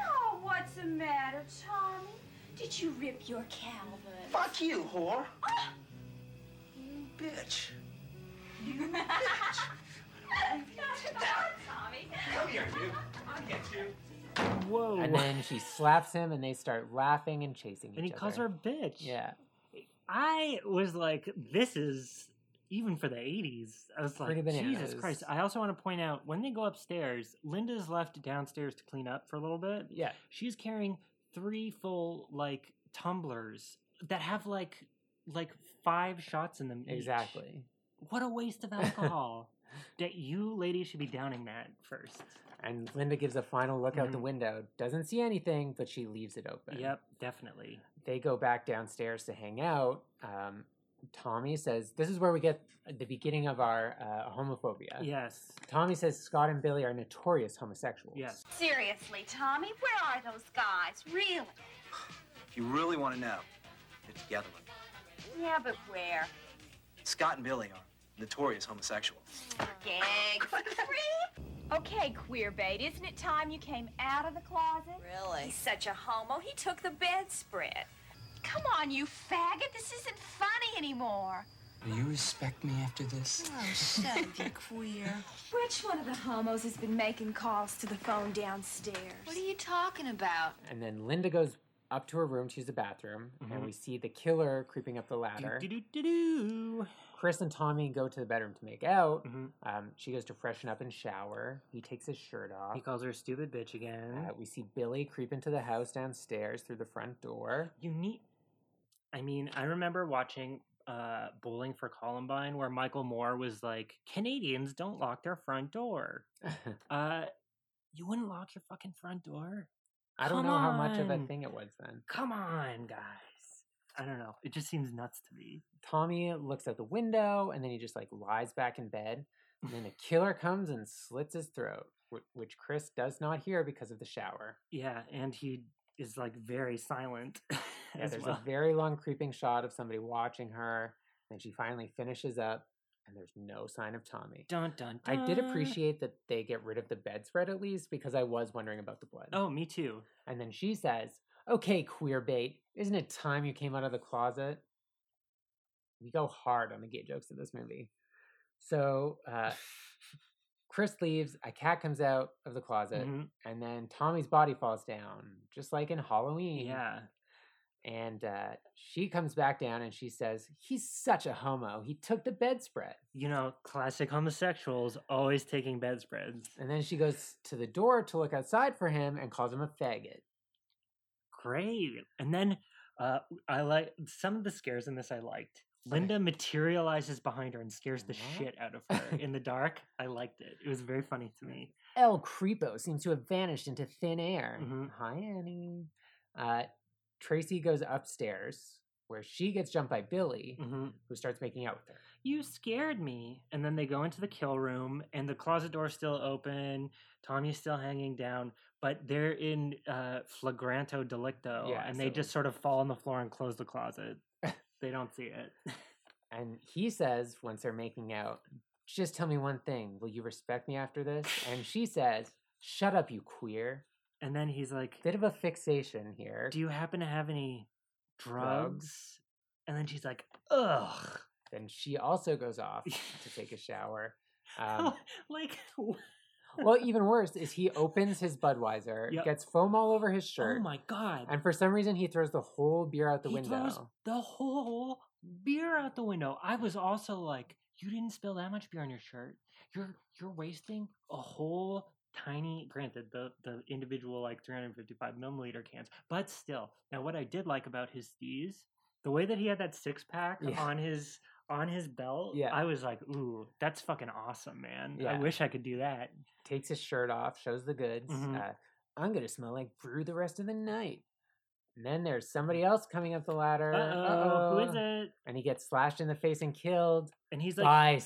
Speaker 1: Oh, what's the matter, Tommy? Did you rip your Calvin? Ah!
Speaker 12: Fuck you, whore. You bitch. You bitch.
Speaker 1: Tommy.
Speaker 12: Come here, you. I'll get you.
Speaker 6: Whoa!
Speaker 5: And then she slaps him, and they start laughing and chasing each
Speaker 6: And he
Speaker 5: other.
Speaker 6: calls her a bitch.
Speaker 5: Yeah.
Speaker 6: I was like, this is even for the eighties. I was like,
Speaker 5: Pretty
Speaker 6: Jesus
Speaker 5: bananas.
Speaker 6: Christ. I also want to point out when they go upstairs, Linda's left downstairs to clean up for a little bit.
Speaker 5: Yeah.
Speaker 6: She's carrying three full like tumblers that have like like five shots in them. each.
Speaker 5: Exactly.
Speaker 6: What a waste of alcohol. that you ladies should be downing that first.
Speaker 5: And Linda gives a final look out the
Speaker 6: Mhm.
Speaker 5: window, doesn't see anything, but she leaves it open.
Speaker 6: Yep, definitely.
Speaker 5: They go back downstairs to hang out. Um, Tommy says, This is where we get the beginning of our uh, homophobia.
Speaker 6: Yes.
Speaker 5: Tommy says Scott and Billy are notorious homosexuals.
Speaker 6: Yes.
Speaker 1: Seriously, Tommy, where are those guys? Really?
Speaker 13: If you really want to know, get together with me.
Speaker 1: Yeah, but where?
Speaker 13: Scott and Billy are notorious homosexuals.
Speaker 1: Gags. okay, queer bait, isn't it time you came out of the closet? Really? He's such a homo. He took the bedspread. Come on, you faggot. This isn't funny anymore. Oh,
Speaker 14: Will you respect me after this?
Speaker 1: you queer. Which one of the homos has been making calls to the phone downstairs? What are you talking about?
Speaker 5: And then Linda goes up to her room to use the bathroom, and
Speaker 6: Mhm.
Speaker 5: we see the killer creeping up the ladder. Chris and Tommy go to the bedroom to make out.
Speaker 6: Mm-hmm.
Speaker 5: Um, she goes to freshen up and shower. He takes his shirt off.
Speaker 6: He calls her a stupid bitch again.
Speaker 5: Uh, we see Billy creep into the house downstairs through the front door.
Speaker 6: You need. I mean, I remember watching uh, Bowling for Columbine where Michael Moore was like, Canadians don't lock their front door. uh, you wouldn't lock your fucking front door?
Speaker 5: I don't
Speaker 6: Come
Speaker 5: know how much of a
Speaker 6: on.
Speaker 5: thing it was then.
Speaker 6: Come on, guys. I don't know. It just seems nuts to me.
Speaker 5: Tommy looks out the window and then he just like lies back in bed. And then the killer comes and slits his throat, wh- which Chris does not hear because of the shower.
Speaker 6: Yeah, and he is like very silent.
Speaker 5: Yeah,
Speaker 6: as
Speaker 5: there's
Speaker 6: well.
Speaker 5: a very long creeping shot of somebody watching her. And she finally finishes up and there's no sign of Tommy.
Speaker 6: Dun, dun,
Speaker 5: I did
Speaker 6: dun.
Speaker 5: appreciate that they get rid of the bedspread at least because I was wondering about the blood.
Speaker 6: Oh, me too.
Speaker 5: And then she says, Okay, queer bait, isn't it time you came out of the closet? We go hard on the gay jokes in this movie. So uh, Chris leaves, a cat comes out of the closet,
Speaker 6: Mhm.
Speaker 5: and then Tommy's body falls down, just like in Halloween.
Speaker 6: Yeah.
Speaker 5: And uh, she comes back down and she says, He's such a homo. He took the bedspread.
Speaker 6: You know, classic homosexuals always taking bedspreads.
Speaker 5: And then she goes to the door to look outside for him and calls him a faggot.
Speaker 6: great. And then uh, I like some of the scares in this. I liked Linda materializes behind her and scares the shit out of her in the dark. I liked it. It was very funny to me.
Speaker 5: El Creepo seems to have vanished into thin air.
Speaker 6: Mm-hmm.
Speaker 5: Hi, Annie. Uh, Tracy goes upstairs where she gets jumped by Billy,
Speaker 6: Mm.
Speaker 5: who starts making out with her.
Speaker 6: You scared me. And then they go into the kill room, and the closet door's still open. Tommy's still hanging down, but they're in uh, flagranto delicto,
Speaker 5: Yeah,
Speaker 6: and they
Speaker 5: so-
Speaker 6: just sort of fall on the floor and close the closet. they don't see it.
Speaker 5: And he says, once they're making out, just tell me one thing. Will you respect me after this? And she says, shut up, you queer.
Speaker 6: And then he's like,
Speaker 5: bit of a fixation here.
Speaker 6: Do you happen to have any drugs? And then she's like, ugh.
Speaker 5: Then she also goes off to take a shower. Um,
Speaker 6: like, oh wh-
Speaker 5: well, even worse is he opens his Budweiser,
Speaker 6: Yep.
Speaker 5: gets foam all over his shirt.
Speaker 6: Oh my god!
Speaker 5: And for some reason, he throws the whole beer out the
Speaker 6: he
Speaker 5: window.
Speaker 6: throws the whole beer out the window. I was also like, you didn't spill that much beer on your shirt. You're you're wasting a whole tiny granted the the individual like 355 milliliter cans but still now what i did like about his stees the way that he had that six pack
Speaker 5: Yeah.
Speaker 6: on his on his belt
Speaker 5: Yeah.
Speaker 6: i was like ooh that's fucking awesome man i
Speaker 5: Yeah.
Speaker 6: wish i could do that
Speaker 5: Takes his shirt off, shows the goods.
Speaker 6: Mhm.
Speaker 5: Uh, I'm gonna smell like brew the rest of the night. And then there's somebody else coming up the ladder.
Speaker 6: uh-oh who is
Speaker 5: Uh-oh.
Speaker 6: it
Speaker 5: And he gets slashed in the face and killed
Speaker 6: and he's like
Speaker 5: by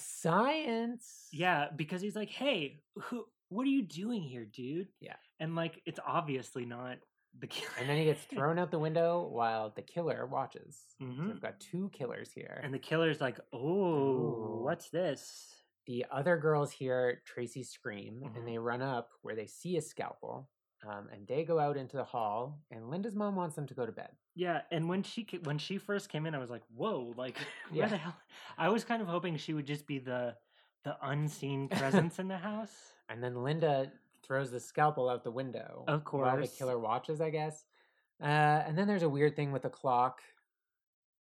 Speaker 5: science.
Speaker 6: Yeah, because he's like, "Hey, who? What are you doing here, dude?"
Speaker 5: Yeah.
Speaker 6: and like it's obviously not the killer.
Speaker 5: And then he gets thrown out the window while the killer watches. So
Speaker 6: Mhm.
Speaker 5: we've got two killers here.
Speaker 6: and the killer's like, "Oh,
Speaker 5: Ooh.
Speaker 6: what's this?"
Speaker 5: the other girls hear Tracy scream
Speaker 6: Mhm.
Speaker 5: and they run up where they see a scalpel. Um, and they go out into the hall, and Linda's mom wants them to go to bed.
Speaker 6: Yeah, and when she ca- when she first came in, I was like, "Whoa!" Like, where
Speaker 5: Yeah.
Speaker 6: the hell? I was kind of hoping she would just be the the unseen presence in the house.
Speaker 5: And then Linda throws the scalpel out the window.
Speaker 6: Of
Speaker 5: While the
Speaker 6: course.
Speaker 5: killer watches, I guess. Uh, and then there's a weird thing with the clock.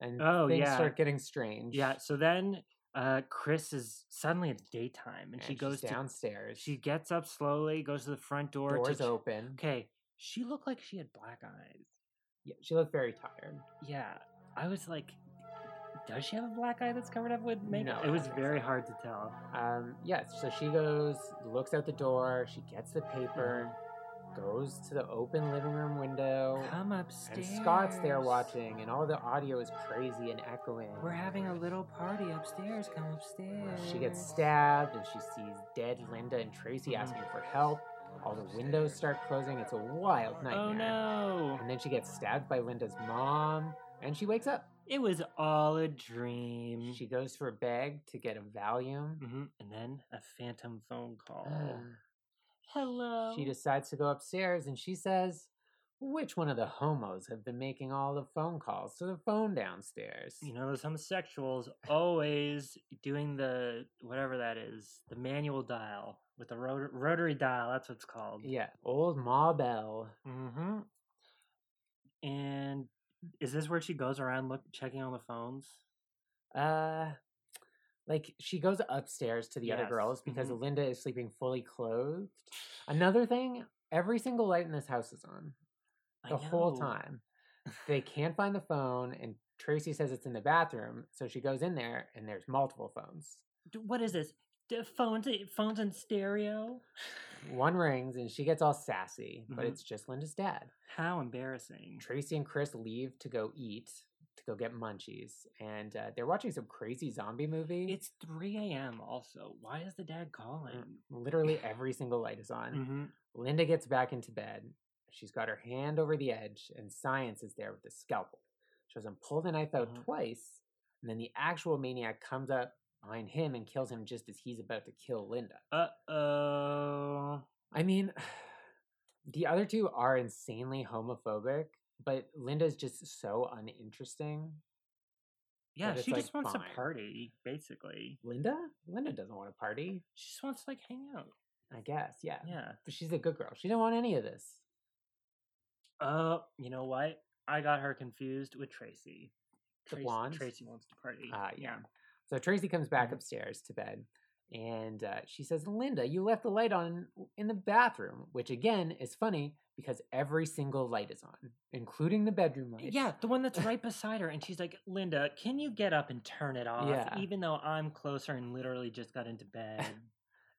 Speaker 5: And
Speaker 6: Oh,
Speaker 5: things
Speaker 6: yeah.
Speaker 5: start getting strange.
Speaker 6: Yeah. So then uh Chris is suddenly it's daytime, and
Speaker 5: And
Speaker 6: she
Speaker 5: she's
Speaker 6: goes down.
Speaker 5: downstairs.
Speaker 6: She gets up slowly, goes to the front door. to
Speaker 5: Doors
Speaker 6: ch-
Speaker 5: open.
Speaker 6: Okay, she looked like she had black eyes.
Speaker 5: Yeah, she looked very tired.
Speaker 6: Yeah, I was like, does she have a black eye that's covered up with makeup?
Speaker 5: No,
Speaker 6: it
Speaker 5: I
Speaker 6: was
Speaker 5: don't think
Speaker 6: very hard to tell.
Speaker 5: Um, yeah, so she goes, looks out the door, she gets the paper, goes to the open living room window.
Speaker 6: Come
Speaker 5: And
Speaker 6: upstairs.
Speaker 5: Scott's there watching, and all the audio is crazy and echoing.
Speaker 6: We're having a little party upstairs. Come upstairs.
Speaker 5: She gets stabbed, and she sees dead Linda and Tracy
Speaker 6: Mm-hmm.
Speaker 5: asking for help. All the windows start closing. It's a wild nightmare.
Speaker 6: Oh no!
Speaker 5: And then she gets stabbed by Linda's mom, and she wakes up.
Speaker 6: It was all a dream.
Speaker 5: She goes for a bag to get a Valium.
Speaker 6: hmm And then a phantom phone call.
Speaker 5: Hello.
Speaker 6: Oh.
Speaker 5: She decides to go upstairs, and she says, "Which one of the homos have been making all the phone calls to the phone downstairs?"
Speaker 6: you know, those homosexuals always doing the whatever that is, the manual dial with the rot- rotary dial. That's what it's called.
Speaker 5: Yeah, old Ma Bell.
Speaker 6: Mm-hmm. And is this where she goes around look checking on the phones?
Speaker 5: Uh, like she goes upstairs to the other
Speaker 6: Yes,
Speaker 5: girls because
Speaker 6: mhm.
Speaker 5: Linda is sleeping fully clothed. Another thing, every single light in this house is on
Speaker 6: I
Speaker 5: the whole
Speaker 6: know.
Speaker 5: time. They can't find the phone, and Tracy says it's in the bathroom, so she goes in there, and there's multiple phones.
Speaker 6: D- What is this? D- Phones, eh, phones in stereo.
Speaker 5: One rings, and she gets all sassy, but
Speaker 6: Mhm.
Speaker 5: it's just Linda's dad.
Speaker 6: How embarrassing!
Speaker 5: Tracy and Chris leave to go eat, to go get munchies, and uh, they're watching some crazy zombie movie.
Speaker 6: It's three a.m. Also, why is the dad calling?
Speaker 5: literally every single light is on.
Speaker 6: Mm-hmm.
Speaker 5: Linda gets back into bed. She's got her hand over the edge, and Science is there with the scalpel. She has him pull the knife out
Speaker 6: Uh-huh.
Speaker 5: twice, and then the actual maniac comes up behind him and kills him just as he's about to kill Linda.
Speaker 6: Uh oh.
Speaker 5: I mean, the other two are insanely homophobic, but Linda's just so uninteresting.
Speaker 6: Yeah,
Speaker 5: But it's,
Speaker 6: she
Speaker 5: like,
Speaker 6: just wants
Speaker 5: fine.
Speaker 6: a party, basically.
Speaker 5: Linda? Linda doesn't want to party,
Speaker 6: She just wants to like hang out.
Speaker 5: I guess. Yeah.
Speaker 6: Yeah.
Speaker 5: But she's a good girl. She didn't want any of this.
Speaker 6: Uh, you know what? I got her confused with Tracy.
Speaker 5: The
Speaker 6: Trac-
Speaker 5: blonde?
Speaker 6: Tracy wants to party.
Speaker 5: Ah, yeah. So Tracy comes
Speaker 6: Mm-hmm.
Speaker 5: back upstairs to bed and uh, she says, Linda, you left the light on in the bathroom, which again is funny because every single light is on, including the bedroom light.
Speaker 6: Eh, Yeah, the one that's right beside her. And she's like, Linda, can you get up and turn it off?
Speaker 5: Yeah.
Speaker 6: Even though I'm closer and literally just got into bed.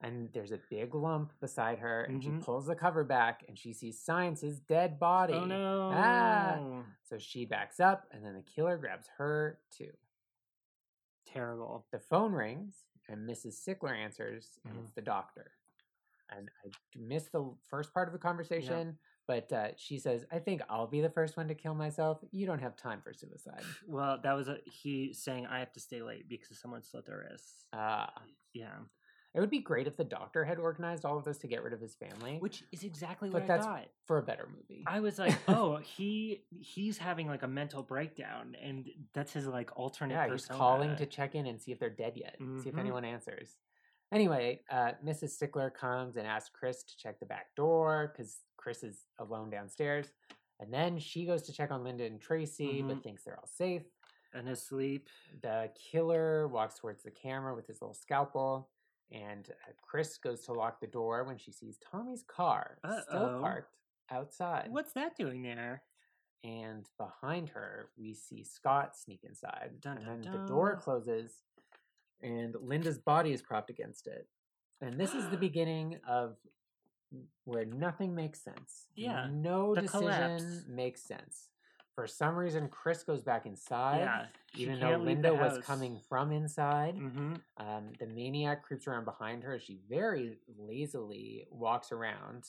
Speaker 5: And there's a big lump beside her and
Speaker 6: Mhm.
Speaker 5: she pulls the cover back and she sees Science's dead body. Ah.
Speaker 6: oh no.
Speaker 5: So she backs up and then the killer grabs her too.
Speaker 6: Terrible.
Speaker 5: The phone rings and Mrs. Sickler answers, and
Speaker 6: Mhm.
Speaker 5: it's the doctor. And I d- missed the l- first part of the conversation, but uh, she says, "I think I'll be the first one to kill myself. You don't have time for suicide."
Speaker 6: Well, that was a, he saying I have to stay late because someone slit their wrists.
Speaker 5: Ah,
Speaker 6: Yeah.
Speaker 5: it would be great if the doctor had organized all of this to get rid of his family,
Speaker 6: Which is exactly
Speaker 5: but
Speaker 6: what
Speaker 5: that's
Speaker 6: I got.
Speaker 5: for a better movie.
Speaker 6: I was like, oh, he he's having like a mental breakdown and that's his like alternate
Speaker 5: yeah, he's
Speaker 6: persona.
Speaker 5: calling to check in and see if they're dead yet, see if
Speaker 6: Mhm.
Speaker 5: anyone answers. Anyway, uh, Mrs. Stickler comes and asks Chris to check the back door because Chris is alone downstairs. And then she goes to check on Linda and Tracy, but
Speaker 6: Mhm.
Speaker 5: thinks they're all safe.
Speaker 6: And asleep.
Speaker 5: The killer walks towards the camera with his little scalpel. And uh, Chris goes to lock the door when she sees Tommy's car still
Speaker 6: Uh-oh.
Speaker 5: parked outside.
Speaker 6: What's that doing there?
Speaker 5: And behind her, we see Scott sneak inside.
Speaker 6: Dun, dun,
Speaker 5: and then the door
Speaker 6: dun.
Speaker 5: closes, and Linda's body is propped against it. And this is the beginning of where nothing makes sense.
Speaker 6: Yeah,
Speaker 5: No
Speaker 6: the
Speaker 5: decision
Speaker 6: collapse.
Speaker 5: makes sense. For some reason, Chris goes back inside,
Speaker 6: Yeah, she
Speaker 5: even though
Speaker 6: can't leave the
Speaker 5: Linda was
Speaker 6: house.
Speaker 5: coming from inside.
Speaker 6: Mm-hmm.
Speaker 5: Um, the maniac creeps around behind her. She very lazily walks around.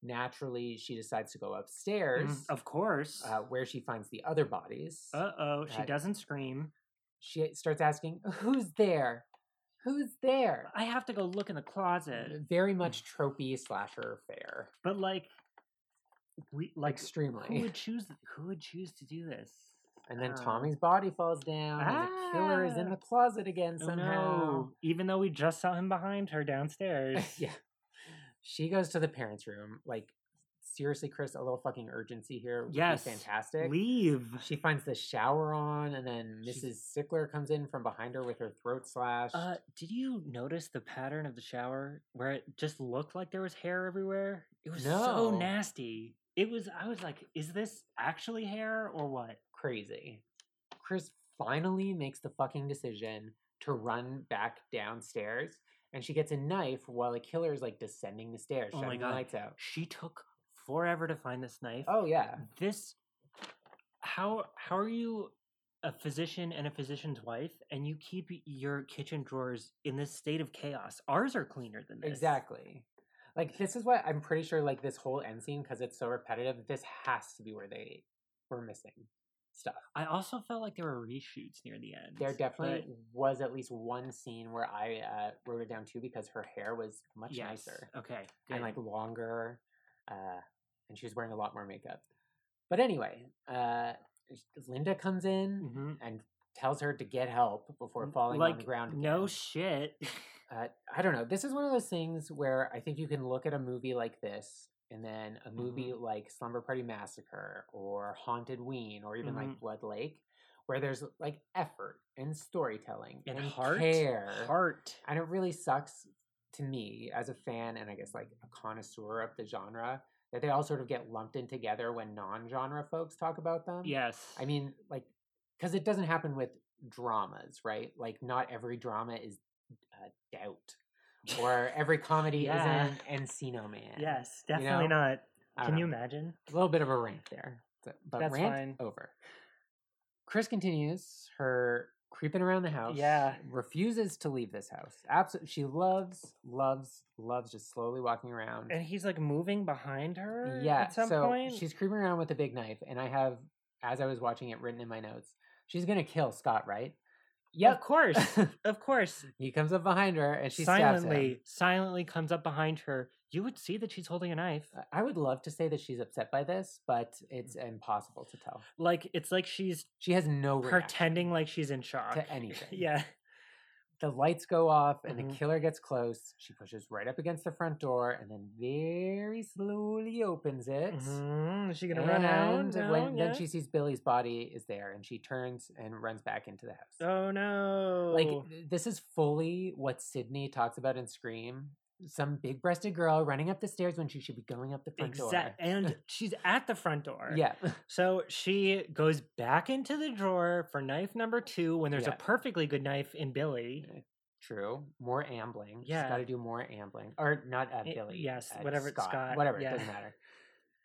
Speaker 5: Naturally, she decides to go upstairs
Speaker 6: Of course.
Speaker 5: uh, where she finds the other bodies.
Speaker 6: Uh oh. She
Speaker 5: Uh,
Speaker 6: doesn't scream.
Speaker 5: She starts asking, "Who's there? Who's there?"
Speaker 6: I Hmm. have to go look in the closet.
Speaker 5: Very much tropey slasher fare,
Speaker 6: But like, we like who
Speaker 5: extremely.
Speaker 6: would choose? Who would choose to do this?
Speaker 5: and then
Speaker 6: uh,
Speaker 5: Tommy's body falls down. and the killer is in the closet again
Speaker 6: Ah! Oh,
Speaker 5: somehow.
Speaker 6: no. Even though we just saw him behind her downstairs.
Speaker 5: yeah, she goes to the parents' room. Like seriously, Chris, a little fucking urgency here. Would
Speaker 6: Yes,
Speaker 5: be fantastic.
Speaker 6: Leave.
Speaker 5: She finds the shower on, and then Mrs. Sickler comes in from behind her with her throat slashed.
Speaker 6: Uh, did you notice the pattern of the shower where it just looked like there was hair everywhere? It was so
Speaker 5: No.
Speaker 6: nasty. It was. I was like, is this actually hair or what?
Speaker 5: crazy. Chris finally makes the fucking decision to run back downstairs, and she gets a knife while the killer is like descending the stairs,
Speaker 6: Oh my
Speaker 5: shutting the
Speaker 6: God.
Speaker 5: lights out.
Speaker 6: She took forever to find this knife.
Speaker 5: Oh yeah,
Speaker 6: This. How how are you? A physician and a physician's wife, and you keep your kitchen drawers in this state of chaos. Ours are cleaner than this.
Speaker 5: exactly. Like this is what I'm pretty sure. Like this whole end scene, because it's so repetitive, this has to be where they were missing stuff.
Speaker 6: I also felt like there were reshoots near the end.
Speaker 5: There definitely
Speaker 6: but-
Speaker 5: was at least one scene where I uh, wrote it down too because her hair was much
Speaker 6: Yes,
Speaker 5: nicer.
Speaker 6: Okay.
Speaker 5: and
Speaker 6: good.
Speaker 5: like longer, uh, and she was wearing a lot more makeup. But anyway, uh, Linda comes in
Speaker 6: Mhm.
Speaker 5: and tells her to get help before falling
Speaker 6: like,
Speaker 5: on the ground. Again.
Speaker 6: No shit.
Speaker 5: Uh, I don't know. This is one of those things where I think you can look at a movie like this and then a movie
Speaker 6: Mm-hmm.
Speaker 5: like Slumber Party Massacre or Haunted Ween or even like
Speaker 6: Mhm.
Speaker 5: Blood Lake, where there's like effort and storytelling
Speaker 6: And heart.
Speaker 5: care.
Speaker 6: Heart.
Speaker 5: And it really sucks to me as a fan and I guess like a connoisseur of the genre that they all sort of get lumped in together when non genre folks talk about them.
Speaker 6: Yes.
Speaker 5: I mean, like, because it doesn't happen with dramas, right? Like, not every drama is uh, doubt, or every comedy
Speaker 6: Yeah.
Speaker 5: isn't Encino Man.
Speaker 6: yes,
Speaker 5: you know?
Speaker 6: definitely not.
Speaker 5: I don't
Speaker 6: Can you
Speaker 5: know.
Speaker 6: imagine?
Speaker 5: A little bit of a rant there, but- but
Speaker 6: That's
Speaker 5: rant
Speaker 6: fine.
Speaker 5: over. Chris continues her creeping around the house.
Speaker 6: Yeah.
Speaker 5: refuses to leave this house. Absolutely, she loves, loves, loves just slowly walking around.
Speaker 6: And he's like moving behind her.
Speaker 5: Yeah.
Speaker 6: At some
Speaker 5: so
Speaker 6: point.
Speaker 5: she's creeping around with a big knife, and I have, as I was watching it, written in my notes, she's gonna kill Scott, right?
Speaker 6: Of course. of course.
Speaker 5: he comes up behind her, and she
Speaker 6: silently, silently comes up behind her. You would see that she's holding a knife.
Speaker 5: stabs him. I would love to say that she's upset by this, but
Speaker 6: Mm.
Speaker 5: it's impossible to tell.
Speaker 6: Like it's like she's
Speaker 5: She has no reaction
Speaker 6: pretending like she's in shock.
Speaker 5: to anything.
Speaker 6: yeah.
Speaker 5: The lights go off, and the
Speaker 6: Mhm.
Speaker 5: killer gets close. She pushes right up against the front door, and then very slowly opens it.
Speaker 6: Mhm, Is she gonna run out?
Speaker 5: And
Speaker 6: No,
Speaker 5: Oh, when,
Speaker 6: yeah.
Speaker 5: then she sees Billy's body is there, and she turns and runs back into the house.
Speaker 6: Oh no!
Speaker 5: Like th- this is fully what Sydney talks about in Scream. Some big-breasted girl running up the stairs when she should be going up the front
Speaker 6: Exact-
Speaker 5: door.
Speaker 6: and she's at the front door.
Speaker 5: yeah,
Speaker 6: So she goes back into the drawer for knife number two when there's
Speaker 5: Yeah.
Speaker 6: a perfectly good knife in Billy.
Speaker 5: true. More ambling. she's
Speaker 6: Yeah.
Speaker 5: got to do more ambling, or not uh,
Speaker 6: Y-
Speaker 5: Billy.
Speaker 6: yes,
Speaker 5: uh,
Speaker 6: whatever,
Speaker 5: Scott,
Speaker 6: Scott,
Speaker 5: whatever. It
Speaker 6: yeah.
Speaker 5: doesn't matter.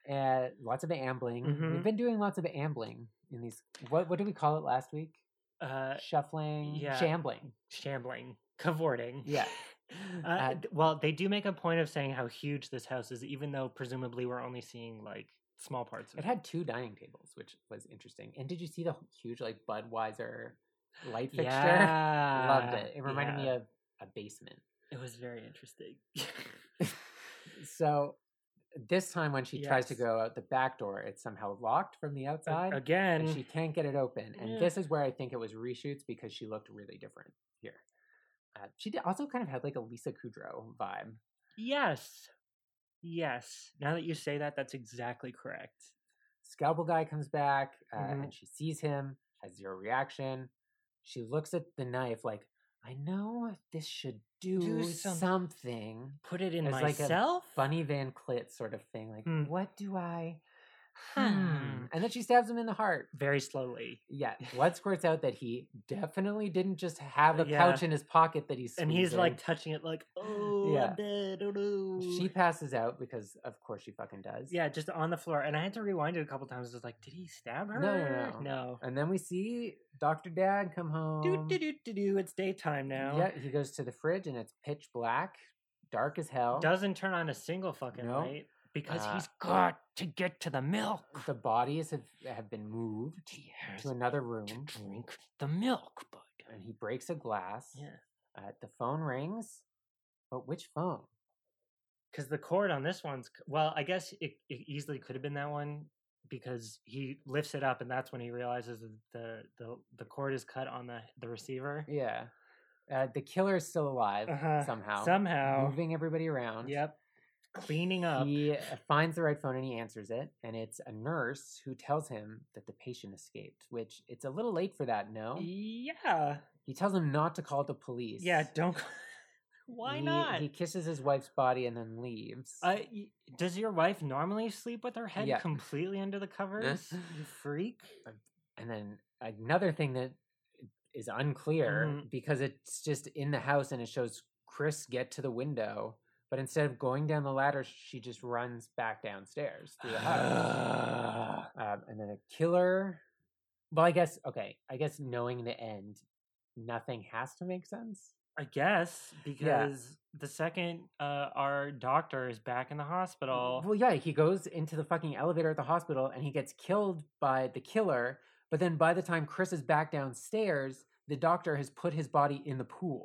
Speaker 5: Uh, lots of ambling. We've
Speaker 6: Mhm.
Speaker 5: been doing lots of ambling in these. What what did we call it last week?
Speaker 6: Uh,
Speaker 5: Shuffling,
Speaker 6: yeah.
Speaker 5: shambling.
Speaker 6: shambling, cavorting.
Speaker 5: Yeah.
Speaker 6: Uh,
Speaker 5: Uh,
Speaker 6: d- well, they do make a point of saying how huge this house is, even though presumably we're only seeing like small parts of it.
Speaker 5: It had two dining tables, which was interesting. And did you see the huge like Budweiser light fixture?
Speaker 6: Yeah,
Speaker 5: Loved it. It reminded
Speaker 6: yeah.
Speaker 5: me of a basement.
Speaker 6: It was very interesting.
Speaker 5: So this time when she tries to
Speaker 6: Yes.
Speaker 5: go out the back door, it's somehow locked from the outside.
Speaker 6: Again,
Speaker 5: And she can't get it open. And
Speaker 6: Yeah.
Speaker 5: this is where I think it was reshoots because she looked really different here. Uh, she did also kind of had like a Lisa Kudrow vibe.
Speaker 6: Yes. Yes. Now that you say that, that's exactly correct.
Speaker 5: Scalpel guy comes back uh,
Speaker 6: Mhm.
Speaker 5: and she sees him, has zero reaction. She looks at the knife like, I know this should do,
Speaker 6: some-
Speaker 5: something.
Speaker 6: Put it in
Speaker 5: As like a
Speaker 6: myself?
Speaker 5: Bunny Van Clit sort of thing. Like,
Speaker 6: Hmm.
Speaker 5: what do I?
Speaker 6: Hmm.
Speaker 5: And then she stabs him in the heart.
Speaker 6: Very slowly.
Speaker 5: Yeah, blood squirts out that he definitely didn't just have a
Speaker 6: Yeah.
Speaker 5: pouch in his pocket that he's
Speaker 6: And he's
Speaker 5: squeezing.
Speaker 6: like touching it like, oh,
Speaker 5: Yeah.
Speaker 6: I'm dead. Oh, no.
Speaker 5: she passes out because of course she fucking does.
Speaker 6: Yeah, just on the floor. And I had to rewind it a couple times. I was like, did he stab her?
Speaker 5: No, no, no,
Speaker 6: No.
Speaker 5: And then we see Doctor Dad come home.
Speaker 6: Do, do, do, do, do. It's daytime now.
Speaker 5: Um, Yeah, he goes to the fridge and it's pitch black, dark as hell.
Speaker 6: Doesn't turn on a single fucking
Speaker 5: No.
Speaker 6: light because
Speaker 5: Uh,
Speaker 6: he's got to get to the milk.
Speaker 5: The bodies have have been moved to another room.
Speaker 6: drink the milk, bud.
Speaker 5: And he breaks a glass.
Speaker 6: Yeah.
Speaker 5: Uh, the phone rings, but which phone?
Speaker 6: because the cord on this one's c- well i guess it, it easily could have been that one because he lifts it up and that's when he realizes that the the, the cord is cut on the the receiver
Speaker 5: Yeah. Uh, the killer's still alive
Speaker 6: Uh-huh.
Speaker 5: somehow.
Speaker 6: Somehow.
Speaker 5: Moving everybody around.
Speaker 6: Yep. Cleaning up.
Speaker 5: He uh, finds the right phone and he answers it. And it's a nurse who tells him that the patient escaped, which it's a little late for that, no?
Speaker 6: yeah
Speaker 5: He tells him not to call the police.
Speaker 6: yeah don't why
Speaker 5: He-
Speaker 6: not
Speaker 5: He kisses his wife's body and then leaves.
Speaker 6: uh, y- does your wife normally sleep with her head
Speaker 5: Yeah.
Speaker 6: completely under the covers you freak
Speaker 5: and then another thing that is unclear
Speaker 6: Mhm.
Speaker 5: because it's just in the house and it shows Chris get to the window, but instead of going down the ladder, she just runs back downstairs through the house. um, and then a killer. Well, I guess okay. I guess knowing the end, nothing has to make sense.
Speaker 6: I guess because the second uh, our doctor is back in the hospital,
Speaker 5: Well, yeah, he goes into the fucking elevator at the hospital and he gets killed by the killer. But then by the time Chris is back downstairs, the doctor has put his body in the pool.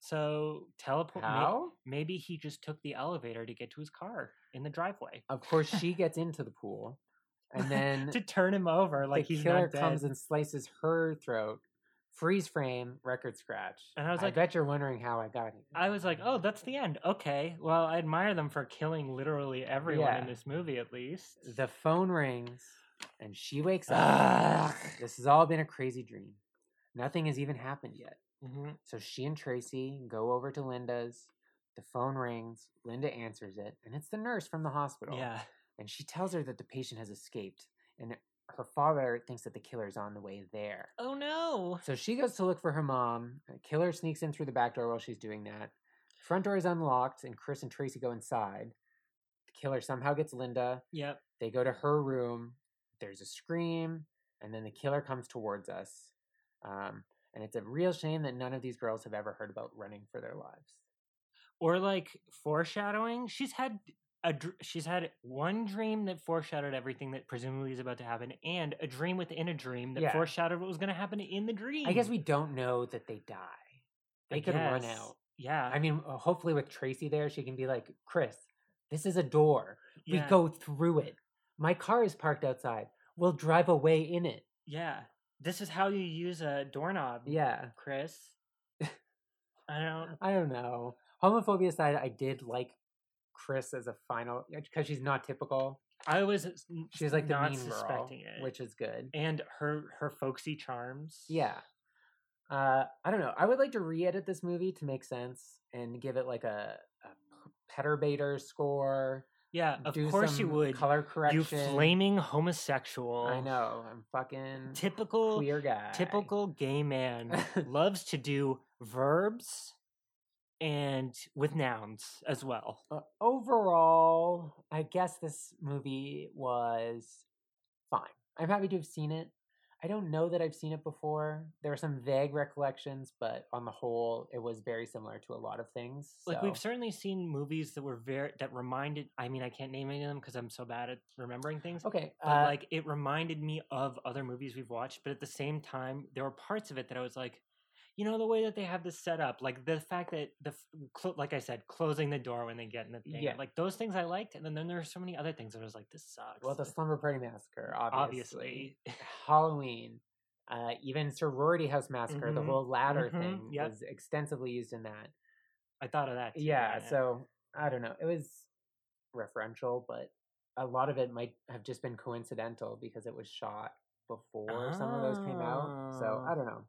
Speaker 6: So teleport. may-
Speaker 5: How?
Speaker 6: Maybe he just took the elevator to get to his car in the driveway.
Speaker 5: Of course, she gets into the pool, and then
Speaker 6: to turn him over like
Speaker 5: the
Speaker 6: he's
Speaker 5: killer
Speaker 6: not dead.
Speaker 5: comes and slices her throat. Freeze frame, record scratch.
Speaker 6: And I was like-
Speaker 5: I bet you're wondering how I got here.
Speaker 6: I was like, oh, that's the end. Okay. Well, I admire them for killing literally everyone in
Speaker 5: Yeah.
Speaker 6: this movie, at least.
Speaker 5: The phone rings, and she wakes up. this has all been a crazy dream. Nothing has even happened yet.
Speaker 6: Mhm.
Speaker 5: So she and Tracy go over to Linda's. The phone rings. Linda answers it, and it's the nurse from the hospital.
Speaker 6: Yeah.
Speaker 5: And she tells her that the patient has escaped, and her father thinks that the killer is on the way there.
Speaker 6: Oh no.
Speaker 5: So she goes to look for her mom. A killer sneaks in through the back door while she's doing that. Front door is unlocked, and Chris and Tracy go inside. The killer somehow gets Linda.
Speaker 6: Yep.
Speaker 5: They go to her room. There's a scream, and then the killer comes towards us. Um, and it's a real shame that none of these girls have ever heard about running for their lives.
Speaker 6: Or like foreshadowing. She's had a dr- she's had one dream that foreshadowed everything that presumably is about to happen, and a dream within a dream that
Speaker 5: Yeah.
Speaker 6: foreshadowed what was going to happen in the dream.
Speaker 5: I guess we don't know that they die.
Speaker 6: I
Speaker 5: They could run
Speaker 6: guess.
Speaker 5: out.
Speaker 6: Yeah.
Speaker 5: I mean, uh, hopefully with Tracy there, she can be like, Chris, this is a door.
Speaker 6: Yeah.
Speaker 5: We go through it. My car is parked outside. We'll drive away in it.
Speaker 6: Yeah. This is how you use a doorknob,
Speaker 5: Yeah.
Speaker 6: Chris. I don't.
Speaker 5: I don't know. Homophobia aside, I did like Chris as a final because she's not typical.
Speaker 6: I was
Speaker 5: She's like the
Speaker 6: not
Speaker 5: mean girl,
Speaker 6: suspecting it,
Speaker 5: which is good.
Speaker 6: and her her folksy charms.
Speaker 5: Yeah. Uh, I don't know. I would like to re-edit this movie to make sense and give it like a, a Petterbaiter score.
Speaker 6: yeah. Uh, Of
Speaker 5: do
Speaker 6: course you
Speaker 5: some
Speaker 6: would.
Speaker 5: Color correction.
Speaker 6: You flaming homosexual.
Speaker 5: I know. I'm fucking
Speaker 6: Typical
Speaker 5: queer guy.
Speaker 6: typical gay man loves to do verbs and with nouns as well.
Speaker 5: Uh, overall, I guess this movie was fine. I'm happy to have seen it. I don't know that I've seen it before. There were some vague recollections, but on the whole, it was very similar to a lot of things.
Speaker 6: Like we've
Speaker 5: so-
Speaker 6: certainly seen movies that were very that reminded. I mean, I can't name any of them because I'm so bad at remembering things.
Speaker 5: okay,
Speaker 6: but
Speaker 5: uh,
Speaker 6: like it reminded me of other movies we've watched but at the same time there were parts of it that i was like you know the way that they have this set up like the fact that the f- clo- like i said closing the door when they get in the thing
Speaker 5: Yeah.
Speaker 6: like those things i liked and then, then there were so many other things that i was like this sucks
Speaker 5: well, the Slumber Party Massacre, obviously.
Speaker 6: obviously
Speaker 5: eh, Halloween, Uh, even sorority house massacre, the
Speaker 6: Mhm.
Speaker 5: whole ladder
Speaker 6: Mhm.
Speaker 5: thing
Speaker 6: Yep.
Speaker 5: was extensively used in that.
Speaker 6: I thought of that. Too,
Speaker 5: Yeah, so I don't know. It was referential, but a lot of it might have just been coincidental because it was shot before some of those came out. So I
Speaker 6: Ah.
Speaker 5: don't know.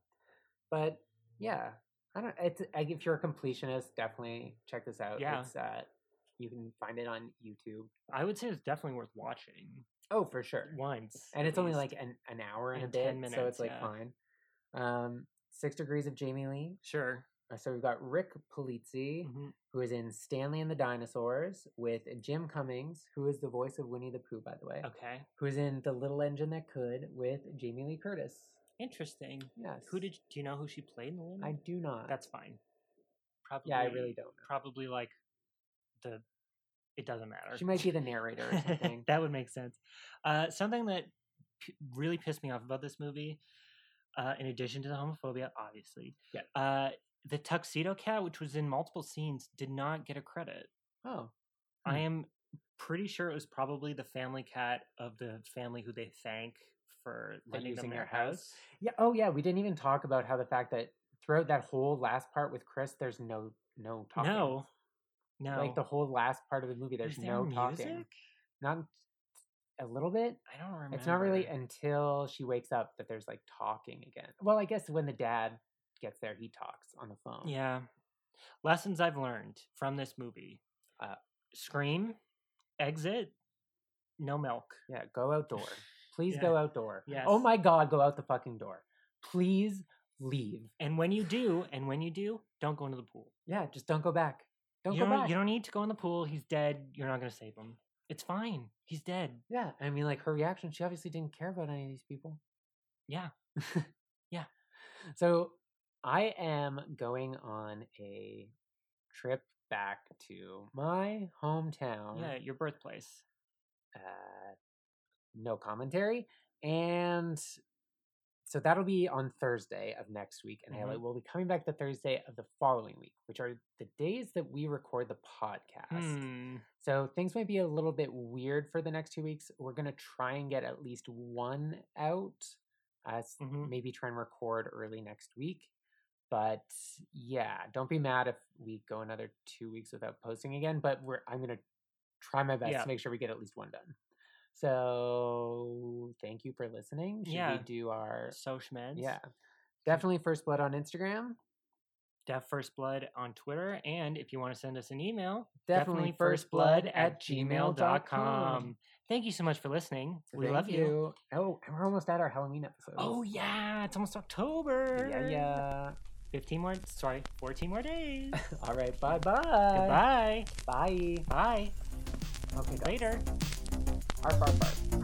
Speaker 5: But yeah, I don't. It's like if you're a completionist, definitely check this out.
Speaker 6: Yeah.
Speaker 5: it's, uh, you can find it on YouTube.
Speaker 6: I would say it's definitely worth watching
Speaker 5: Oh, for sure.
Speaker 6: once,
Speaker 5: and
Speaker 6: at
Speaker 5: it's only
Speaker 6: least.
Speaker 5: like an, an hour and,
Speaker 6: And
Speaker 5: a bit,
Speaker 6: 10
Speaker 5: so
Speaker 6: minutes,
Speaker 5: it's like
Speaker 6: yeah.
Speaker 5: fine. Um, Six Degrees of Jamie Lee. uh,
Speaker 6: Sure.
Speaker 5: So we've got Rick Polizzi,
Speaker 6: Mm-hmm.
Speaker 5: who is in Stanley and the Dinosaurs, with Jim Cummings, who is the voice of Winnie the Pooh, by the way.
Speaker 6: Okay.
Speaker 5: Who is in The Little Engine That Could with Jamie Lee Curtis.
Speaker 6: Interesting.
Speaker 5: Yes.
Speaker 6: Who did? Do you know who she played in the Lin?
Speaker 5: I do not.
Speaker 6: That's fine. Probably.
Speaker 5: Yeah, I really don't
Speaker 6: Probably like the. It doesn't matter.
Speaker 5: She might be the narrator or something.
Speaker 6: that would make sense. Uh, something that p- really pissed me off about this movie, uh, in addition to the homophobia, obviously,
Speaker 5: Yeah.
Speaker 6: uh, the tuxedo cat, which was in multiple scenes, did not get a credit.
Speaker 5: Oh.
Speaker 6: I
Speaker 5: Hmm.
Speaker 6: am pretty sure it was probably the family cat of the family who they thank for
Speaker 5: for
Speaker 6: lending them
Speaker 5: using
Speaker 6: their
Speaker 5: their
Speaker 6: house.
Speaker 5: Yeah. Oh, yeah. We didn't even talk about how the fact that throughout that whole last part with Chris, there's no no talking.
Speaker 6: No, no.
Speaker 5: Like the whole last part of the movie, there's
Speaker 6: Is there
Speaker 5: no talking.
Speaker 6: music?
Speaker 5: Not a little bit.
Speaker 6: I don't remember.
Speaker 5: It's not really until she wakes up that there's like talking again. Well, I guess when the dad gets there, he talks on the phone.
Speaker 6: Yeah. Lessons I've learned from this movie:
Speaker 5: uh,
Speaker 6: scream, exit, no milk.
Speaker 5: Yeah. Go outdoor. Please
Speaker 6: Yeah.
Speaker 5: go outdoor. Oh
Speaker 6: Yes.
Speaker 5: my God, go out the fucking door. Please leave.
Speaker 6: And when you do, and when you do, don't go into the pool.
Speaker 5: Yeah. Just don't go back. Don't
Speaker 6: you
Speaker 5: go
Speaker 6: don't,
Speaker 5: back.
Speaker 6: You don't need to go in the pool. He's dead. You're not going to save him. It's fine. He's dead.
Speaker 5: Yeah. I mean, like her reaction, she obviously didn't care about any of these people.
Speaker 6: Yeah. Yeah.
Speaker 5: So I am going on a trip back to my hometown.
Speaker 6: Yeah. Your birthplace.
Speaker 5: uh, no commentary. And so that'll be on Thursday of next week. And Haley
Speaker 6: Mhm.
Speaker 5: will be coming back the Thursday of the following week, which are the days that we record the podcast.
Speaker 6: Hmm.
Speaker 5: So things might be a little bit weird for the next two weeks. We're going to try and get at least one out, uh, s-
Speaker 6: Mhm.
Speaker 5: maybe try and record early next week. But yeah, don't be mad if we go another two weeks without posting again. But we're I'm going to try my best
Speaker 6: Yeah.
Speaker 5: to make sure we get at least one done. So thank you for listening. Should
Speaker 6: Yeah.
Speaker 5: we do our
Speaker 6: So schmeds.
Speaker 5: yeah definitely first blood on Instagram?
Speaker 6: Deaf First Blood on Twitter. And if you want to send us an email,
Speaker 5: Definitely
Speaker 6: definitelyfirstblood
Speaker 5: firstblood at gmail dot com.
Speaker 6: Thank you so much for listening. we
Speaker 5: Thank
Speaker 6: love you.
Speaker 5: Oh, and we're almost at our Halloween episode.
Speaker 6: Oh, yeah. It's almost October.
Speaker 5: yeah, yeah.
Speaker 6: 15 more, sorry, 14 more days.
Speaker 5: All right, bye bye.
Speaker 6: Goodbye.
Speaker 5: Bye.
Speaker 6: Bye.
Speaker 5: Okay, guys.
Speaker 6: Later.
Speaker 5: Arf, arf, arf.